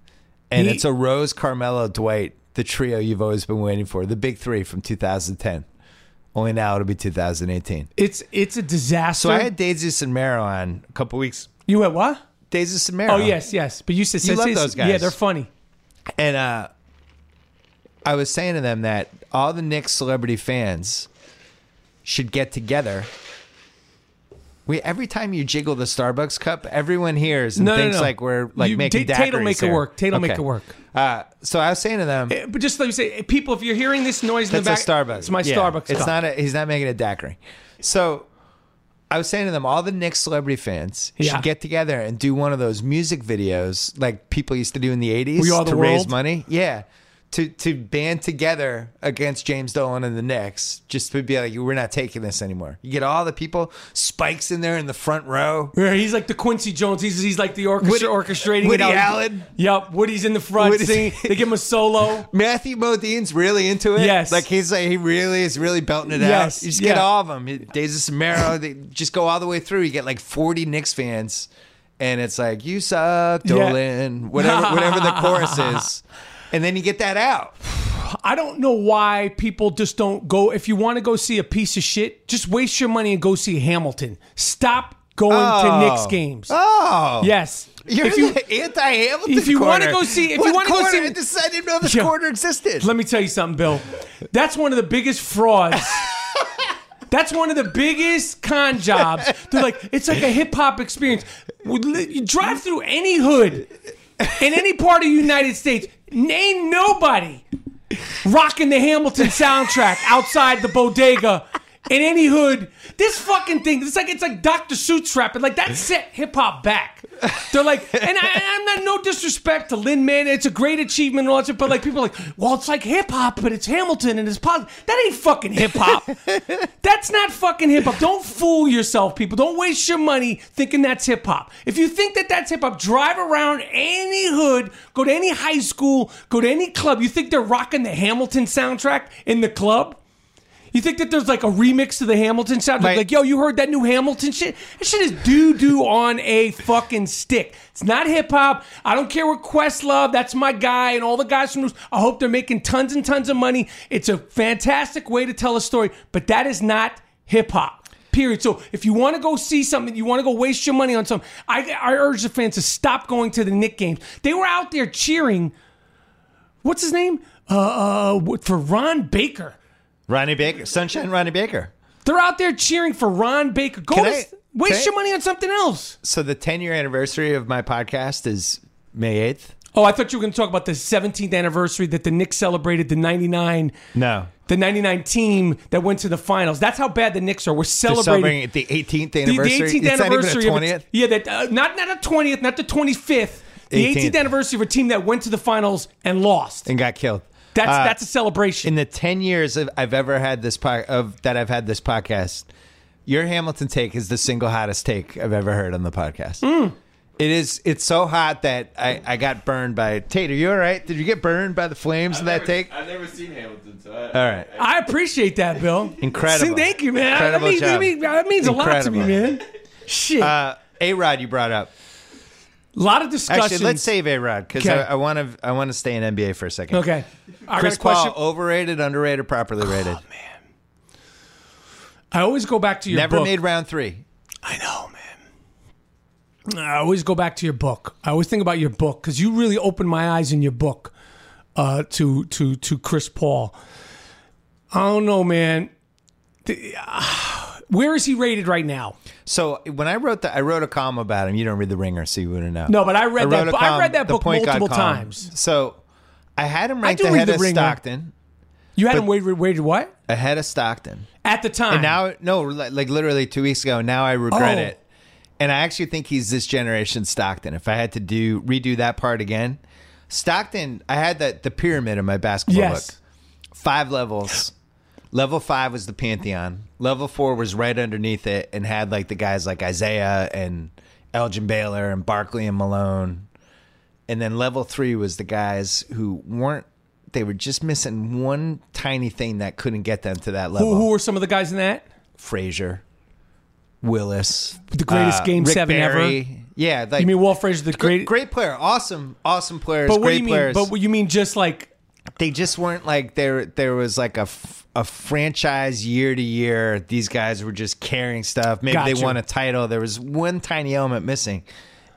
and He- it's a Rose, Carmelo, Dwight, the trio you've always been waiting for, the big three from 2010. Only now it'll be 2018. It's it's a disaster. So I had Daisy Samaro on a couple weeks. you had what? Daisy Samaro. Oh yes, yes. But you said Uh, You love said- those Yeah, guys. they're funny. And uh, I was saying to them that all the Knicks celebrity fans should get together. We every time you jiggle the Starbucks cup, everyone hears and No, no, thinks no. like we're like You- making Ta- daiquiris. Tate'll make it here. work. Tate'll make it work. Uh, so I was saying to them, Eh, But just let me say, eh, people, if you're hearing this noise in that's the back, a Starbucks. It's my Yeah. Starbucks. It's cup. not. A, he's not making a daiquiri. So I was saying to them, all the Knicks celebrity fans Yeah. should get together and do one of those music videos like people used to do in the eighties We Are to the raise World? money. Yeah. To, to band together against James Dolan and the Knicks, just to be like, we're not taking this anymore. You get all the people, Spike's in there in the front row. Where he's like the Quincy Jones. He's he's like the orchestra Woody- orchestrating Woody it out. Allen? Yep, Woody's in the front Woody's- singing. They give him a solo. Matthew Modine's really into it. Yes. like he's like he really is really belting it Yes, out. You just yeah. get all of them. Daisy Samaro, they just go all the way through. You get like forty Knicks fans, and it's like you suck, Yeah. Dolan, whatever, whatever the chorus is, and then you get that out. I don't know why people just don't go. If you want to go see a piece of shit, just waste your money and go see Hamilton. Stop going Oh. to Knicks games. Oh, Yes. You're if you the anti-Hamilton. if you want wanna go see- if you what wanna go corner? see- I just- I didn't know this Yeah. corner existed. Let me tell you something, Bill. That's one of the biggest frauds. That's one of the biggest con jobs. They're like, it's like a hip hop experience. You drive through any hood in any part of the United States, name nobody rocking the Hamilton soundtrack outside the bodega in any hood. This fucking thing, it's like it's like Dr. Seuss rapping. Like that set hip hop back. They're like, and I, I'm not no disrespect to Lin Man. It's a great achievement and all that shit. But like people are like, well, it's like hip hop, but it's Hamilton and it's positive. That ain't fucking hip hop. That's not fucking hip hop. Don't fool yourself, people. Don't waste your money thinking that's hip hop. If you think that that's hip hop, drive around any hood, go to any high school, go to any club. You think they're rocking the Hamilton soundtrack in the club? You think that there's like a remix to the Hamilton sound? My- like, yo, you heard that new Hamilton shit? That shit is doo doo on a fucking stick. It's not hip hop. I don't care what Questlove, that's my guy, and all the guys from News. I hope they're making tons and tons of money. It's a fantastic way to tell a story, but that is not hip hop. Period. So if you want to go see something, you want to go waste your money on something, I, I urge the fans to stop going to the Nick games. They were out there cheering. What's his name? Uh, uh, what- for Ron Baker. Ronnie Baker, Sunshine Ronnie Baker. They're out there cheering for Ron Baker. Go Can to- I- waste can I- your money on something else. So the 10 year anniversary of my podcast is May 8th. Oh, I thought you were going to talk about the 17th anniversary that the Knicks celebrated the 99 No, the 99 team that went to the finals. That's how bad the Knicks are. We're they're celebrating celebrating it the 18th the, the anniversary. 18th it's anniversary not even a of 20th. a, Yeah, that uh, not not a 20th, not the 25th. The 18th. 18th. anniversary of a team that went to the finals and lost. and got killed. That's Uh, that's a celebration. in the 10 years of, I've ever had this po- of that I've had this podcast. Your Hamilton take is the single hottest take I've ever heard on the podcast. Hmm. It is. It's so hot that I, I got burned by Tate. Are you all right? Did you get burned by the flames in that never, take? I've never seen Hamilton, so I, All right. I appreciate that, Bill. Incredible. See, thank you, man. Incredible that, means, job. That, means, that means a lot to me, Incredible. man. Shit. A Uh, a Rod, you brought up. lot of discussion. Actually, let's save A Rod because Okay. I want to. I want to stay in NBA for a second. Okay. I Chris got a question. Oh, Paul, overrated, underrated, properly rated. I always go back to your Never book. made round three. I know, man. I always go back to your book. I always think about your book because you really opened my eyes in your book uh, to to to Chris Paul. I don't know, man. The- ah, where is he rated right now? So when I wrote that, I wrote a column about him. You don't read The Ringer, so you wouldn't know. No, but I read that. wrote a bu- I column, read that the book point guard multiple column. times. So I had him ranked do read ahead The of Ringer. Stockton, You had him rated, rated what ahead of Stockton. at the time? And now, no, li- like literally two weeks ago. Now I regret Oh. it, and I actually think he's this generation Stockton. If I had to do redo that part again, Stockton, I had that the pyramid in my basketball yes. book. five levels. Level five was the Pantheon. Level four was right underneath it and had like the guys like Isaiah and Elgin Baylor and Barkley and Malone. And then level three was the guys who weren't, they were just missing one tiny thing that couldn't get them to that level. Who, who were some of the guys in that? Frazier, Willis. The greatest game Uh, Rick seven ever? Barry. Yeah. Like, You mean Walt Frazier, the great, great? great player. Awesome, awesome players. but what great do you mean? players But what you mean just like they just weren't like there there was like a, f- a franchise year to year these guys were just carrying stuff maybe they Gotcha. won a title there was one tiny element missing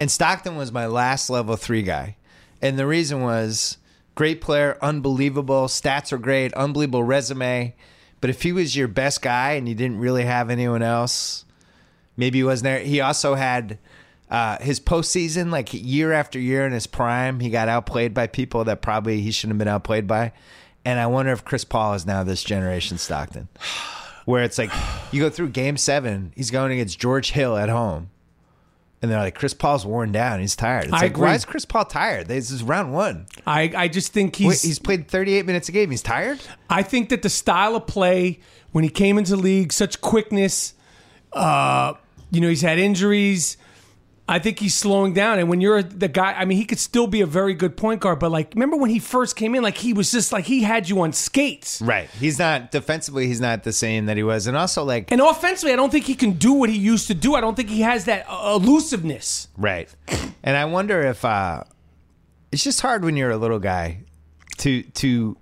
and stockton was my last level three guy and the reason was great player unbelievable stats are great unbelievable resume but if he was your best guy and you didn't really have anyone else maybe he wasn't there. He also had uh, his postseason, like year after year in his prime, he got outplayed by people that probably he shouldn't have been outplayed by. And I wonder if Chris Paul is now this generation Stockton, where it's like you go through game seven, he's going against George Hill at home. And they're like, Chris Paul's worn down. He's tired. It's I like, why agree. is Chris Paul tired? This is round one. I, I just think he's, Wait, he's played 38 minutes a game. He's tired? I think that the style of play when he came into the league, such quickness, uh, you know, he's had injuries. I think he's slowing down. And when you're the guy, I mean, he could still be a very good point guard, but like, remember when he first came in, like he was just like he had you on skates. Right. He's not, defensively, he's not the same that he was. And also, like, And offensively, I don't think he can do what he used to do. I don't think he has that uh, elusiveness. Right. And I wonder if uh, it's just hard when you're a little guy to to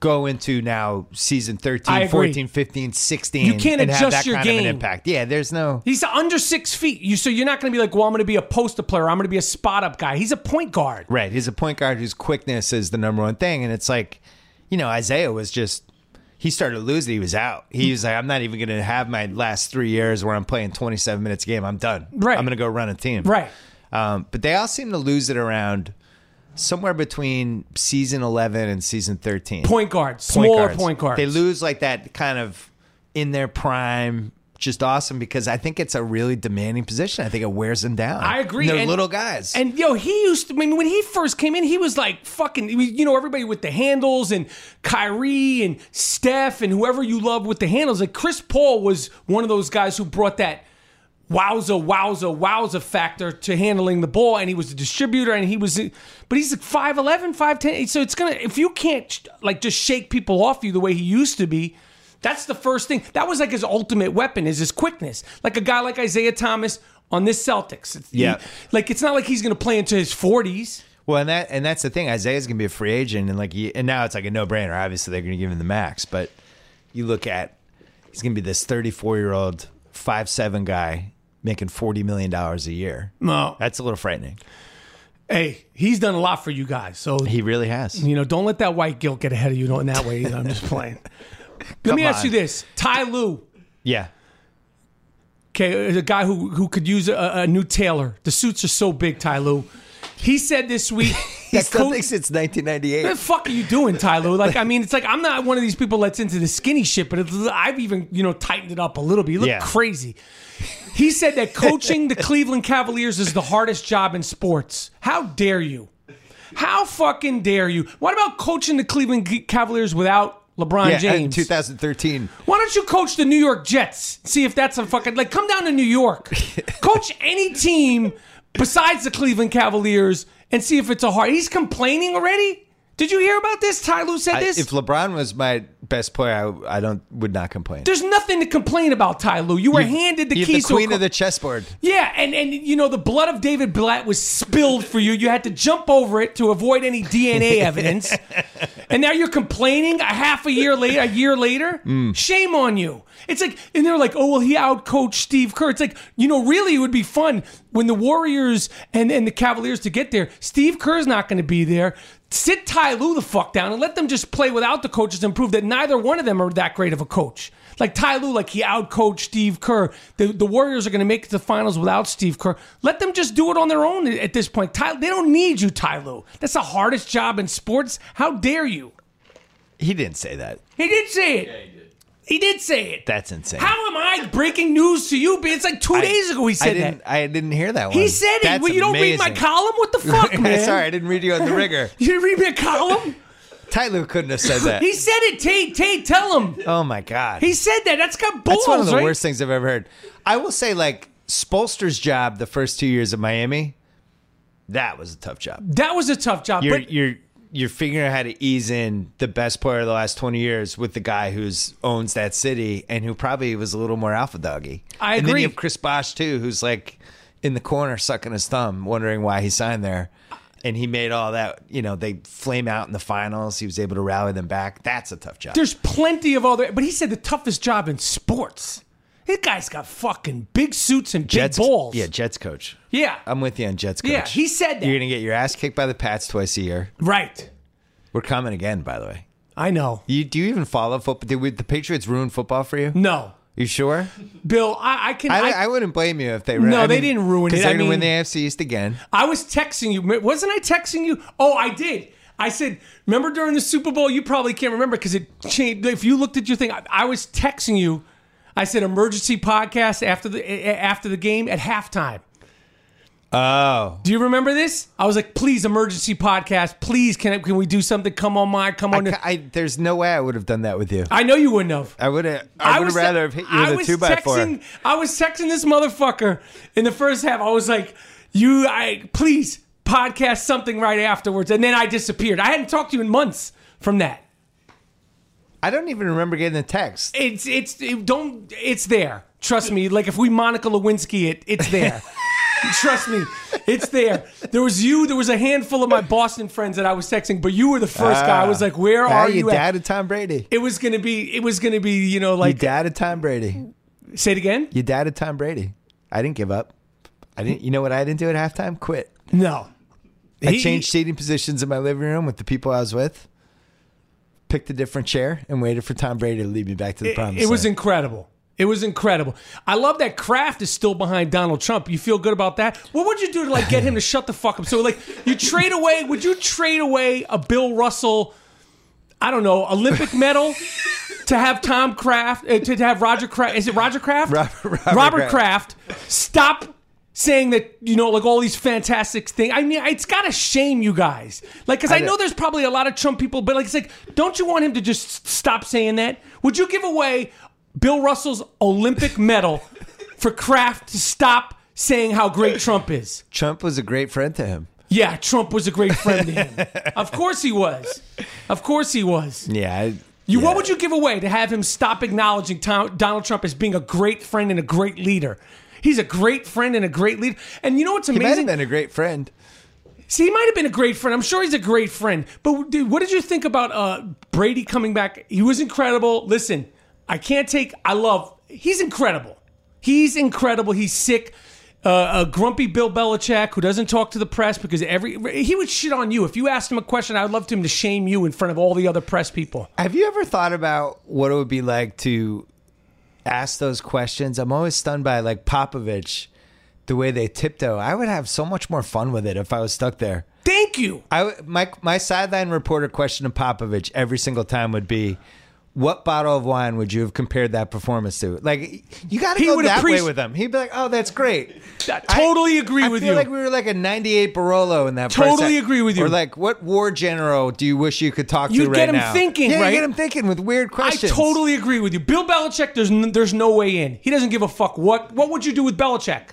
go into now season I 13, agree. 14, 15, 16. You can't and have adjust that your kind of an game. impact. Yeah, there's no He's under six feet. You so you're not going to be like, well, I'm going to be a post up player. I'm going to be a spot up guy. He's a point guard. Right. He's a point guard whose quickness is the number one thing. And it's like, you know, Isaiah was just he started losing, he was out. He was like, I'm not even gonna have my last three years where I'm playing twenty seven minutes a game. I'm done. Right. I'm gonna go run a team. Right. Um, but they all seem to lose it around somewhere between season 11 and season 13. Point guard, smaller guards. point guard. They lose like that kind of in their prime, just awesome because I think it's a really demanding position. I think it wears them down. I agree, And they're and- little guys. And yo, he used to. I mean, when he first came in, he was like fucking. he was- You know, everybody with the handles and Kyrie and Steph and whoever you love with the handles. Like Chris Paul was one of those guys who brought that wowza, wowza, wowza factor to handling the ball, and he was a distributor, and he was. But he's like 5'11", 5'10". So it's gonna. If you can't like just shake people off you the way he used to be. That's the first thing. That was like his ultimate weapon is his quickness. Like a guy like Isaiah Thomas on this Celtics. It's- Yeah. he- like it's not like he's going to play into his 40s. Well, and that and that's the thing. Isaiah's gonna be a free agent, and like, he, and now it's like a no brainer. Obviously, they're gonna give him the max, but you look at he's gonna be this thirty four year old five seven guy making forty million dollars a year. No. That's a little frightening. Hey, he's done a lot for you guys. So He really has. You know, don't let that white guilt get ahead of you in that way. either. I'm just playing. Let me Come ask you on. this: Ty Lue, Yeah, okay, is a guy who who could use a, a new tailor. The suits are so big, Ty Lue. He said this week he that still coach- thinks it's nineteen ninety What eight. the fuck are you doing, Ty Lue? Like, I mean, it's like I'm not one of these people that's into the skinny shit, but it's, I've even you know tightened it up a little bit. You look Yeah. crazy. He said that coaching the Cleveland Cavaliers is the hardest job in sports. How dare you? How fucking dare you? What about coaching the Cleveland Cavaliers without LeBron Yeah, in James? two thousand thirteen. Why don't you coach the New York Jets? See if that's a fucking like come down to New York. coach any team besides the Cleveland Cavaliers and see if it's a hard. He's complaining already? Did you hear about this? Ty Lue said I- this. If LeBron was my best player, I, I don't would not complain. There's nothing to complain about, Ty Lue. You were handed the You're keys the queen to a of the chessboard. Yeah, and and you know the blood of David Blatt was spilled for you. You had to jump over it to avoid any DNA evidence, and now you're complaining a half a year later. A year later, shame on you. It's like, and they're like, oh well, he outcoached Steve Kerr. It's like, you know, really, it would be fun when the Warriors and and the Cavaliers to get there. Steve Kerr's not going to be there. Sit Ty Lue the fuck down and let them just play without the coaches and prove that neither one of them are that great of a coach. Like Ty Lue, like he outcoached Steve Kerr. The, the Warriors are going to make it to the finals without Steve Kerr. Let them just do it on their own at this point. Ty, they don't need you, Ty Lue. That's the hardest job in sports. How dare you? He didn't say that. He did say it. he, did. say it. That's insane. How am I breaking news to you? It's like two days ago he I said didn't. that. I didn't hear that one. He said it. That's well, you don't read my amazing. column? What the fuck, man? Sorry, I didn't read you on the rigor. You didn't read me a column? Tyloo couldn't have said that. he said it, Tate. Tate, tell him. oh my god. He said that. That's got balls, That's one of the right? worst things I've ever heard. I will say, like Spolster's job the first two years of Miami, that was a tough job. That was a tough job. You're but you're you're figuring out how to ease in the best player of the last twenty years with the guy who's owns that city and who probably was a little more alpha doggy. I And then agree. you have Chris Bosh too, who's like in the corner sucking his thumb, wondering why he signed there. And he made all that, you know, they flame out in the finals. He was able to rally them back. That's a tough job. There's plenty of other, but he said the toughest job in sports. This guy's got fucking big suits and big Jets balls. Yeah, Jets coach. yeah, I'm with you on Jets coach. Yeah, he said that. You're going to get your ass kicked by the Pats twice a year. right. We're coming again, by the way. I know. You, do you even follow football? Did we, the Patriots ruin football for you? No, You sure? Bill, I, I can. I, I, I, wouldn't blame you if they No, they didn't ruin it. Because they're I going to win the mean- AFC East again. I was texting you. Wasn't I texting you? Oh, I did. I said, remember during the Super Bowl? You probably can't remember because it changed. If you looked at your thing, I, I was texting you. I said emergency podcast after the a- a- after the game at halftime. Oh. Do you remember this? I was like, please emergency podcast. Please, can I, can we do something? Come on, my come on. I, ca- I, there's no way I would have done that with you. I know you wouldn't have. I would have. I, would was have rather have hit you I with a was two by four. texting, I was texting this motherfucker in the first half. I was like, "You, I please podcast something right afterwards," and then I disappeared. I hadn't talked to you in months from that. I don't even remember getting the text. It's it's it don't it's there. Trust me. Like if we Monica Lewinsky it, it's there. Trust me, it's there. There was you. There was a handful of my Boston friends that I was texting, but you were the first guy. I was like, "Where Now are you you?" at? Ah. dad of Tom Brady. It was gonna be. It was gonna be. You know, You like dad of Tom Brady. say it again. You dad of Tom Brady. I didn't give up. I didn't. You know what I didn't do at halftime? Quit. No. I changed seating positions in my living room with the people I was with. Picked a different chair and waited for Tom Brady to lead me back to the promised It was land. incredible. It was incredible. I love that Kraft is still behind Donald Trump. You feel good about that? What would you do to like get him to shut the fuck up? So like you trade away, would you trade away a Bill Russell, I don't know, Olympic medal to have Tom Kraft uh, to, to have Roger Kraft? Is it Roger Kraft? Robert- Robert Kraft. Stop saying that you know like all these fantastic things. I mean, it's got to shame you guys. Like cuz I, know. know there's probably a lot of Trump people, but like it's like, don't you want him to just s- stop saying that? Would you give away Bill Russell's Olympic medal for Kraft to stop saying how great Trump is? Trump was a great friend to him. Yeah, Trump was a great friend to him. Of course he was. Of course he was. Yeah, I, You, What would you give away to have him stop acknowledging Tom, Donald Trump as being a great friend and a great leader? He's a great friend and a great leader. And you know what's He might have amazing? been a great friend. See, he might have been a great friend. I'm sure he's a great friend. But dude, what did you think about uh, Brady coming back? He was incredible. Listen, I can't take. I love. He's incredible. He's incredible. He's sick. Uh, uh, grumpy Bill Belichick, who doesn't talk to the press because every he would shit on you if you asked him a question. I would love to him to shame you in front of all the other press people. Have you ever thought about what it would be like to ask those questions? I'm always stunned by like Popovich, the way they tiptoe. I would have so much more fun with it if I was stuck there. Thank you. I w- my my sideline reporter question to Popovich every single time would be, "What bottle of wine would you have compared that performance to?" Like you got to He go would that way appreci- with him. He'd be like, "Oh, that's great." I totally agree I with feel you. Like we were like a '98 Barolo in that. Totally first act. agree with you. Or like, what war general do you wish you could talk You'd to right get him now? thinking, yeah, you right? get him thinking with weird I questions. totally agree with you. Bill Belichick, there's n- there's no way in. He doesn't give a fuck. What what would you do with Belichick?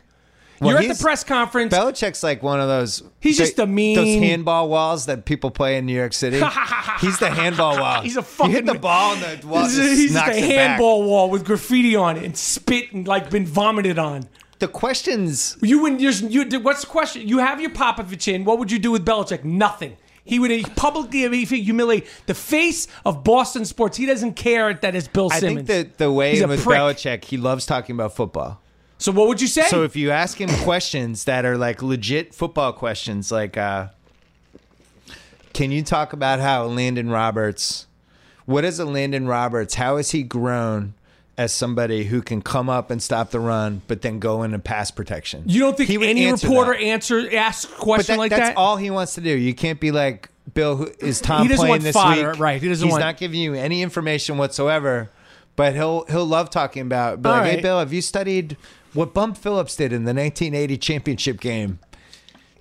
You're at he's- the press conference. Belichick's like one of those. He's just a mean- Those handball walls that people play in New York City. he's the handball wall. He's a fucking. You hit the ball and the wall He's, just he's just knocks a it back. handball wall with graffiti on it and spit and like been vomited on. The questions. You wouldn't. There's, you. What's the question? You have your Popovich in. What would you do with Belichick? Nothing. He would publicly humiliate the face of Boston sports. He doesn't care that it's Bill I think Simmons. that the way He's a with prick. Belichick, he loves talking about football. so what would you say? So if you ask him questions that are like legit football questions, like, uh, can you talk about how Landon Roberts, what is a Landon Roberts? How has he grown as somebody who can come up and stop the run, but then go in and pass protection? you don't think He would any answer reporter that. answer asks a question But that- like that's that? all he wants to do. You can't be like Bill. Who, is Tom He doesn't playing want this fodder, week? right, he doesn't He's want- not giving you any information whatsoever. But he'll he'll love talking about. Be All like, hey right. Bill, have you studied what Bump Phillips did in the 1980 championship game?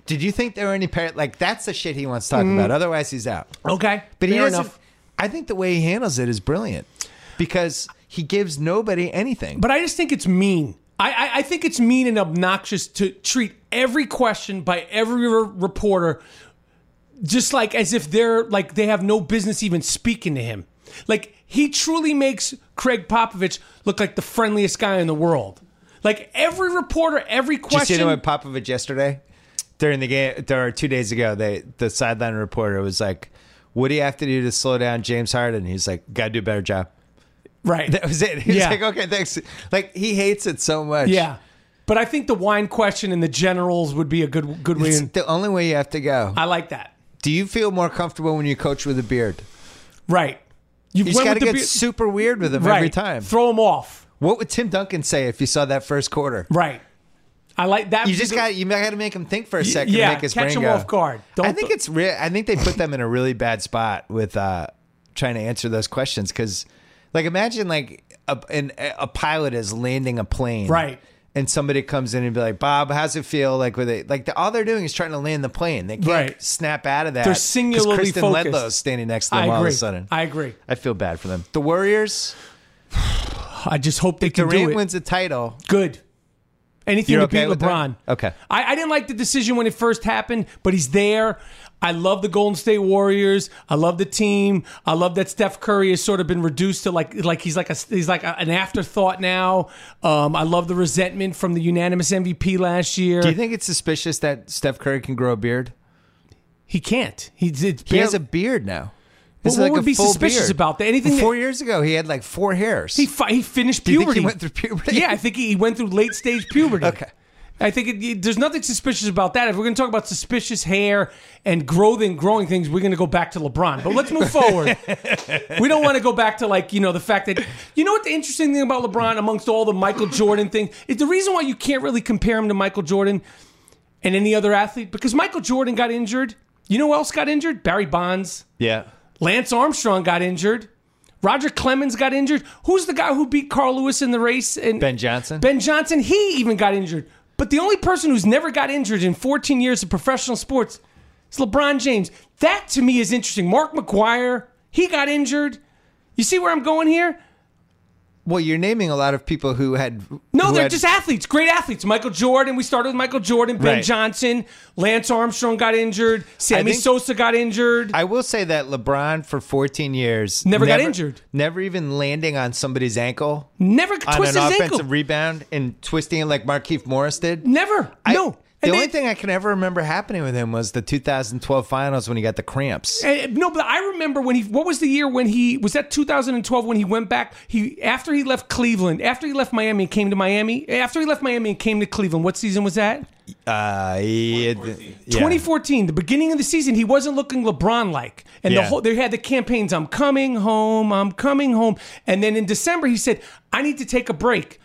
Did you think there were any par Like that's the shit he wants to talk about. Otherwise, he's out. okay, But he Mm-hmm. fair doesn't. enough. I think the way he handles it is brilliant because he gives nobody anything. But I just think it's mean. I, I, I think it's mean and obnoxious to treat every question by every re- reporter just like as if they're like they have no business even speaking to him. Like he truly makes Craig Popovich look like the friendliest guy in the world. Like every reporter, every Did you question. see what Popovich yesterday during the game or two days ago? They the sideline reporter was like, "What do you have to do to slow down James Harden?" He's like, "Got to do a better job." right. That was it. He's Yeah. like, "Okay, thanks." Like he hates it so much. yeah. But I think the wine question and the generals would be a good good way. it's In. the only way you have to go. I like that. Do you feel more comfortable when you coach with a beard? Right. You've You just got to get be- super weird with him every time. Throw them off. What would Tim Duncan say if you saw that first quarter? Right. I like that. You just particular- got you got to make him think for a second. yeah, to make his catch brain him go. off guard. Don't I think th- it's real. I think they put them in a really bad spot with uh, trying to answer those questions because, like, imagine like a an, a pilot is landing a plane, Right. And somebody comes in and be like, "Bob, how's it feel?" Like with it, like the, all they're doing is trying to land the plane. They can't Right. snap out of that. They're 'cause singularly Kristen focused. Ledlow's standing next to them I all of agree. a sudden. I agree. I feel bad for them. The Warriors. I just hope they can do Durant it. wins the title. Good. Anything You're to okay beat with that? LeBron. Okay. I, I didn't like the decision when it first happened, but he's there. I love the Golden State Warriors. I love the team. I love that Steph Curry has sort of been reduced to like like he's like a he's like a- an afterthought now. Um, I love the resentment from the unanimous MVP last year. Do you think it's suspicious that Steph Curry can grow a beard? he can't. He's it's He has bare- a beard now. Well, It's what like would a be full suspicious beard. about that? Anything that- four years ago, he had like four hairs. He, fi- he finished Do you think puberty. he went through puberty? Yeah, I think he went through late stage puberty. Okay. I think it, it- there's nothing suspicious about that. If we're going to talk about suspicious hair and growth and growing things, we're going to go back to LeBron. But let's move forward. we don't want to go back to like you know the fact that you know what the interesting thing about LeBron amongst all the Michael Jordan thing is the reason why you can't really compare him to Michael Jordan and any other athlete because Michael Jordan got injured. You know who else got injured? Barry Bonds. yeah. Lance Armstrong got injured. Roger Clemens got injured. Who's the guy who beat Carl Lewis in the race? And Ben Johnson? Ben Johnson. He even got injured. But the only person who's never got injured in 14 years of professional sports is LeBron James. That to me is interesting. Mark McGuire. He got injured. You see where I'm going here? Well, you're naming a lot of people who had No, who they're had- just athletes, great athletes. Michael Jordan, we started with Michael Jordan, Ben Right. Johnson, Lance Armstrong got injured, Sammy think- Sosa got injured. I will say that LeBron for 14 years Never got injured. never even landing on somebody's ankle never on twisted an his offensive ankle. rebound and twisting it like Markeith Morris did. never. I- no. The And only they- thing I can ever remember happening with him was the 2012 finals when he got the cramps. And- no, but I remember when he. What was the year when he was that 2012 when he went back? He after he left Cleveland, after he left Miami and came to Miami, after he left Miami and came to Cleveland. What season was that? Uh, he- yeah. 2014, the beginning of the season, he wasn't looking LeBron like, and the Yeah. whole they had the campaigns. I'm coming home. I'm coming home. And then in December, he said, "I need to take a break,"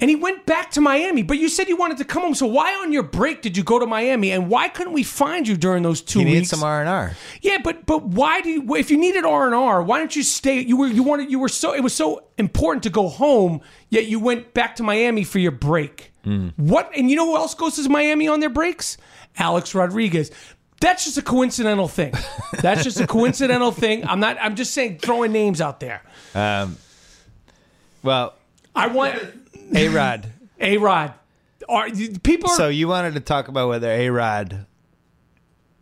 and he went back to Miami. But you said you wanted to come home, so why on your break did you go to Miami? And why couldn't we find you during those two He needed weeks? some R and R. Yeah, but but why do you, if you needed R and R, why don't you stay? You were you wanted you were so it was so important to go home, yet you went back to Miami for your break. What and you know who else goes to Miami on their breaks? Alex Rodriguez. That's just a coincidental thing. That's just a coincidental thing. I'm not. I'm just saying throwing names out there. Well, I want A Rod. a Rod. Are people? Are, so you wanted to talk about whether A Rod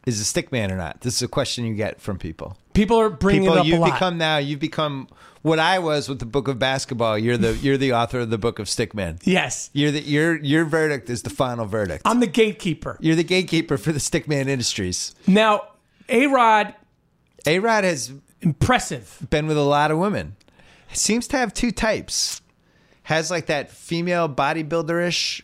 is a stick man or not. This is a question you get from people. people are bringing it People, up a you've lot. become now. You've become what I was with the book of basketball. You're the you're the author of the book of Stickman. yes, You're the, your your verdict is the final verdict. I'm the gatekeeper you're the gatekeeper for the Stickman Industries. now. A Rod, A Rod has impressive. been with a lot of women. Seems to have two types. Has like that female bodybuilderish,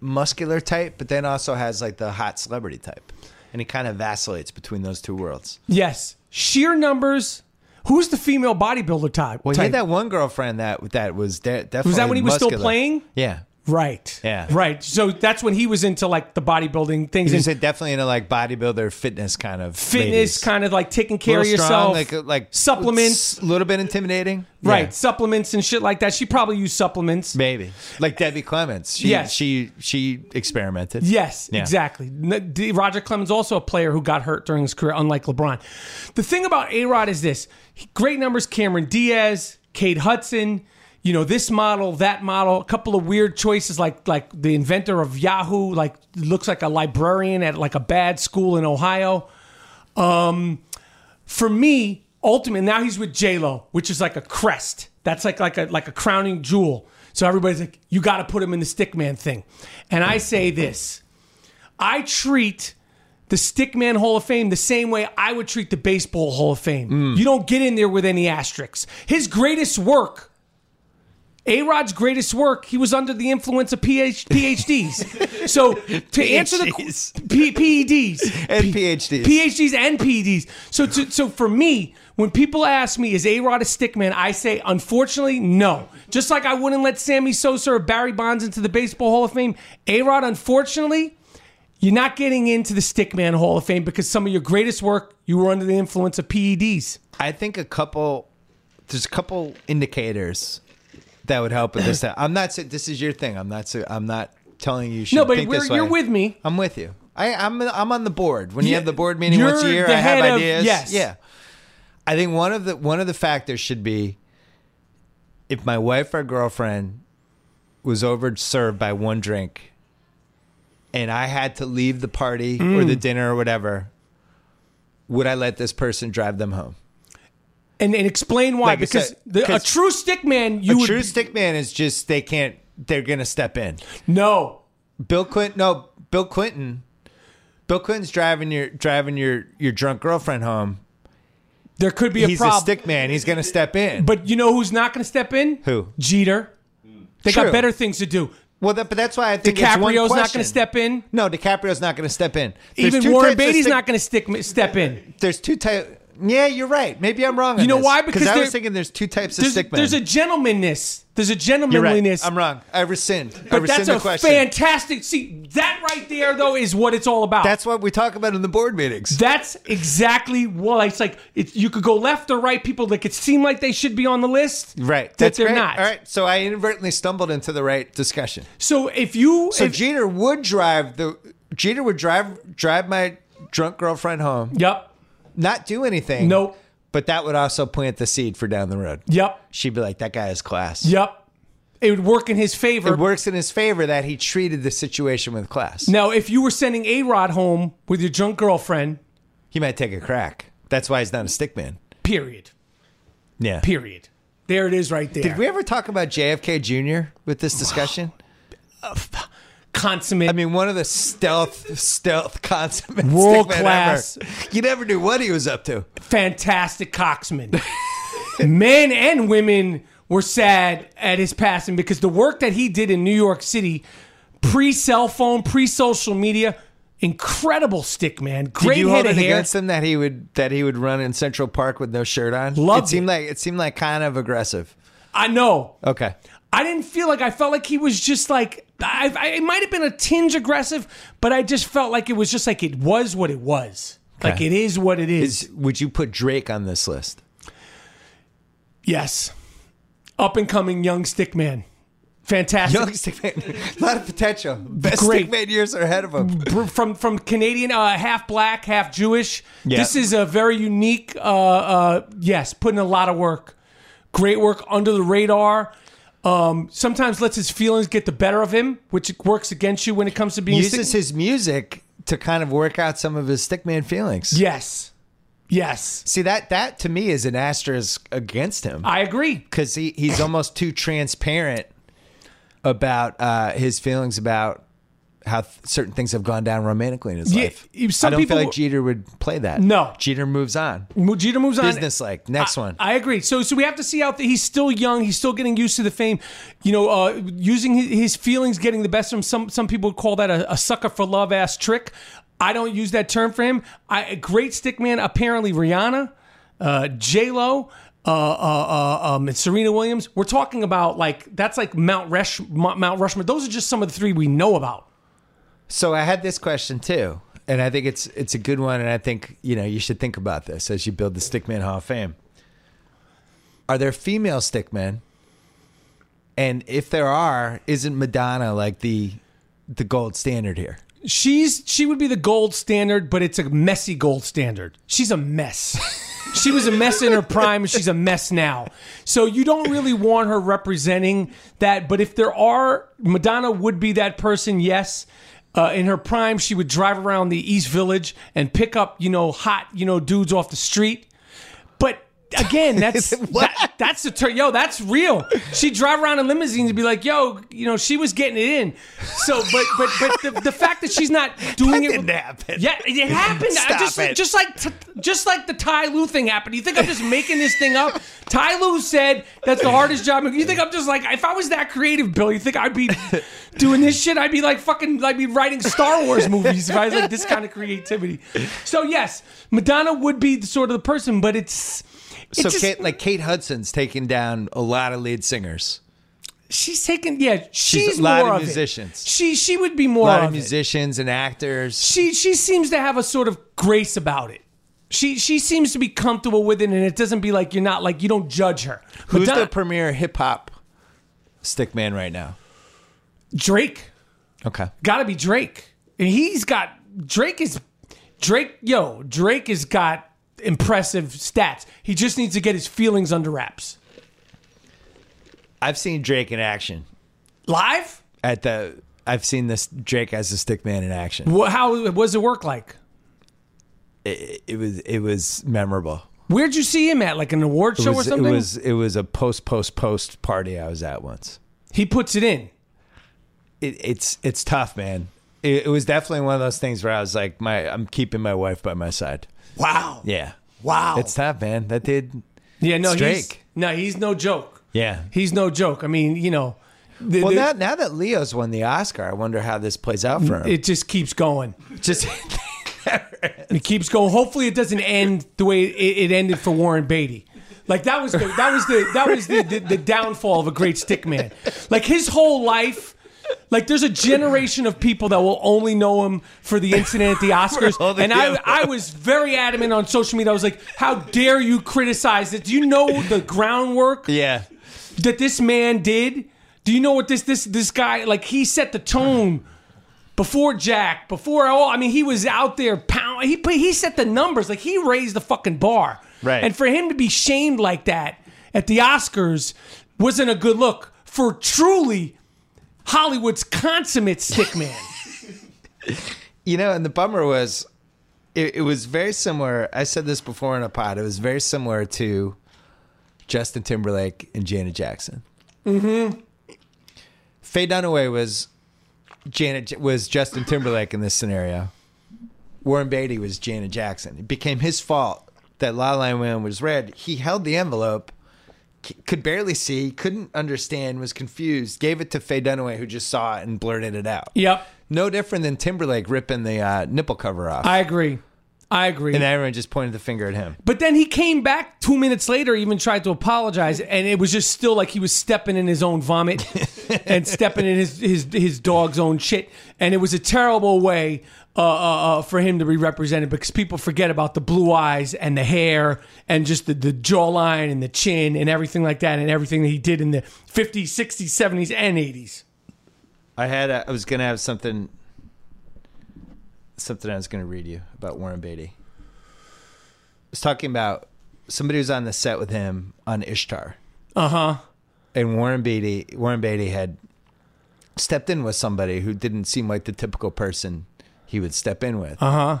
muscular type, but then also has like the hot celebrity type, and he kind of vacillates between those two worlds. Yes. Sheer numbers. Who's the female bodybuilder type? Well, he type? had that one girlfriend that that was de- definitely when he was still muscular. playing? Yeah, Right. Yeah. Right. So that's when he was into like the bodybuilding things he and was definitely into like bodybuilder fitness kind of fitness, ladies. kind of like taking care of Little yourself. strong, like uh, like Supplements. a little bit intimidating, right. Yeah. Supplements and shit like that. She probably used supplements. Maybe like Debbie Clements. She, Yes. she she experimented. Yes, Yeah. exactly. N- D- Roger Clemens also a player who got hurt during his career, unlike LeBron. The thing about A Rod is this: he- great numbers, Cameron Diaz, Kate Hudson. You know this model, that model, a couple of weird choices like like the inventor of Yahoo, like looks like a librarian at like a bad school in Ohio. Um, for me, ultimately, now he's with J Lo, which is like a crest. That's like like a like a crowning jewel. So everybody's like, you got to put him in the stickman thing. And I say this: I treat the stickman Hall of Fame the same way I would treat the baseball Hall of Fame. You don't get in there with any asterisks. His greatest work. A Rod's greatest work, he was under the influence of PH, PhDs. so, to answer the PhDs. P, E PEDs, and PhDs. PhDs and PDs. So to, so for me, when people ask me, is A Rod a stickman? I say, unfortunately, no. Just like I wouldn't let Sammy Sosa or Barry Bonds into the Baseball Hall of Fame, A Rod, unfortunately, you're not getting into the stickman Hall of Fame because some of your greatest work, you were under the influence of E PEDs. I think a couple. There's a couple indicators that would help with this. I'm not. sa- This is your thing. I'm not. sa- I'm not telling you. you should No, but think we're, this way. you're with me. I'm with you. I, I'm. I'm on the board. When you have the board meeting You're once a year, the I have head of- ideas. yes. Yeah. I think one of the one of the factors should be if my wife or girlfriend was overserved by one drink, and I had to leave the party or Mm. the dinner or whatever. Would I let this person drive them home? And, and explain why. Like I because said, the, a 'cause true stickman, you a would. true stick man is just they can't. They're gonna step in. no. Bill Clinton. No, Bill Clinton. Bill Clinton's driving your driving your your drunk girlfriend home. There could be a He's problem. a stick man. He's gonna step in. But you know who's not going to step in? Who? Jeter. They True. got better things to do. well, that, but that's why I think it's one DiCaprio's not question. going to step in. No, DiCaprio's not gonna step in. There's Even two Warren types of Beatty's stick- not going to stick step in. There's two types. Yeah, you're right. Maybe I'm wrong. You know why? Because because I was there- thinking there's two types of There's, stick men. there's a gentlemanness. There's you're a right. gentlemanliness. I'm wrong. I rescind. I But rescind that's the a question. fantastic. See, that right there though is what it's all about. that's what we talk about in the board meetings. That's exactly what it's like. It's, you could go left or right. People that could seem like they should be on the list, Right. That they're great. not. All right. So I inadvertently stumbled into the right discussion. So if you, So if, Jeter would drive the Jeter would drive drive my drunk girlfriend home, yep, not do anything. nope. But that would also plant the seed for down the road. Yep. She'd be like, that guy has class. Yep. It would work in his favor. It works in his favor that he treated the situation with class. now, if you were sending A Rod home with your drunk girlfriend, He might take a crack. That's why he's not a stick man. period. Yeah. Period. There it is right there. Did we ever talk about JFK Jr. with this discussion? Consummate. I mean, one of the stealth, stealth consummate World stickmen ever. class. You never knew what he was up to. fantastic coxman. Men and women were sad at his passing because the work that he did in New York City, pre cell phone, pre social media, incredible stick man. Did Great you head hold of it hair. against him that he would that he would run in Central Park with no shirt on? Loved it seemed it. like it seemed like kind of aggressive. I know. Okay. I didn't feel like I felt like he was just like I, I it might have been a tinge aggressive, but I just felt like it was just like it was what it was. Like Okay. it is what it is. Is would you put Drake on this list? yes. Up and coming young stick man. Fantastic. Young stickman, a lot of potential. Best Great. stickman years are ahead of him. Br- from from Canadian, uh, half black, half Jewish. Yeah. This is a very unique. Uh, uh, yes, put in a lot of work, great work under the radar. Um, sometimes lets his feelings get the better of him, which works against you when it comes to being. sick- Uses his music to kind of work out some of his stickman feelings. yes, yes, See that that to me is an asterisk against him I agree. because he he's almost too transparent about uh, his feelings about how th- certain things have gone down romantically in his Yeah, life. if some I don't people- feel like Jeter would play that. No. Jeter moves on. Mujita moves on. Business like next one. I agree. So, so we have to see out that he's still young. He's still getting used to the fame. You know, uh, using his, his feelings, getting the best of him. Some some people call that a, a sucker for love ass trick. I don't use that term for him. I, a great stick man. Apparently, Rihanna, uh, J Lo. Uh, uh, uh, um, and Serena Williams. We're talking about like that's like Mount Rush, Mount Mount Rushmore. Those are just some of the three we know about. So I had this question too, and I think it's it's a good one, and I think you know you should think about this as you build the Stickman Hall of Fame. Are there female stickmen? And if there are, isn't Madonna like the the gold standard here? She's she would be the gold standard, but it's a messy gold standard. She's a mess. she was a mess in her prime, and she's a mess now. So you don't really want her representing that. But if there are, Madonna would be that person. Yes. Uh, in her prime, she would drive around the East Village and pick up, you know, hot, you know, dudes off the street. But again, that's that, that's the turn. Yo, that's real. She'd drive around in limousines and be like, "Yo, you know, she was getting it in." So, but but but the, the fact that she's not doing it. Didn't happen. Yeah, it happened. I Stop just, it. just like t- just like the Ty Lue thing happened. You think I'm just making this thing up? Ty Lue said that's the hardest job. You think I'm just like if I was that creative, Bill? You think I'd be doing this shit? I'd be like fucking like be writing Star Wars movies if I was like this kind of creativity. So yes, Madonna would be the sort of the person, but it's. it's so just- Kate, like Kate Hudson's taking down a lot of lead singers, she's taking yeah she's, a lot more of it. musicians. She she would be more a lot of of it. musicians and actors. she she seems to have a sort of grace about it. She she seems to be comfortable with it, and it doesn't be like you're not like you don't judge her. Who's Madonna- the premier hip hop stickman right now? Drake? Okay, Got to be Drake, and he's got Drake is Drake. Yo, Drake has got impressive stats. He just needs to get his feelings under wraps. I've seen Drake in action Live? at the. I've seen this Drake as a stickman in action. Wha how was it work like? it, it was it was memorable. Where'd you see him at? Like an award It show was, or it something? was it was a post post post party I was at once. he puts it in. It, it's it's tough, man. It, it was definitely one of those things where I was like, my I'm keeping my wife by my side. Wow. Yeah, Wow. it's tough, man. That did. yeah. No. it's he's- Drake. No, he's no joke. Yeah. He's no joke. I mean, you know, the- Well, the- now, now that Leo's won the Oscar, I wonder how this plays out for him. it just keeps going. just It keeps going. Hopefully, it doesn't end the way it, it ended for Warren Beatty. Like that was the that was the that was the, the, the downfall of a great stick man. Like his whole life. Like there's a generation of people that will only know him for the incident at the Oscars, all the and I, gift. I was very adamant on social media. I was like, "How dare you criticize it? Do you know the groundwork yeah. that this man did. Do you know what this this this guy like? He set the tone before Jack, before all. I mean, he was out there pound. He put- he set the numbers. Like he raised the fucking bar. Right. And for him to be shamed like that at the Oscars wasn't a good look for truly Hollywood's consummate stickman. You know, and the bummer was, it, it was very similar. I said this before in a pod. It was very similar to Justin Timberlake and Janet Jackson. Mm-hmm. Faye Dunaway was Janet J- was Justin Timberlake in this scenario. Warren Beatty was Janet Jackson. It became his fault that La La Land was red. He held the envelope, c- could barely see, couldn't understand, was confused. Gave it to Faye Dunaway, who just saw it and blurted it out. yep. No different than Timberlake ripping the uh, nipple cover off. I agree. I agree. and everyone just pointed the finger at him. But then he came back two minutes later, even tried to apologize, and it was just still like he was stepping in his own vomit and stepping in his, his his dog's own shit, and it was a terrible way uh, uh, uh, for him to be represented because people forget about the blue eyes and the hair and just the, the jawline and the chin and everything like that and everything that he did in the 50s, 60s, 70s, and 80s. I had a, I was gonna have something something I was gonna read you about Warren Beatty. I was talking about somebody was on the set with him on Ishtar, Uh huh. and Warren Beatty Warren Beatty had stepped in with somebody who didn't seem like the typical person he would step in with. Uh huh.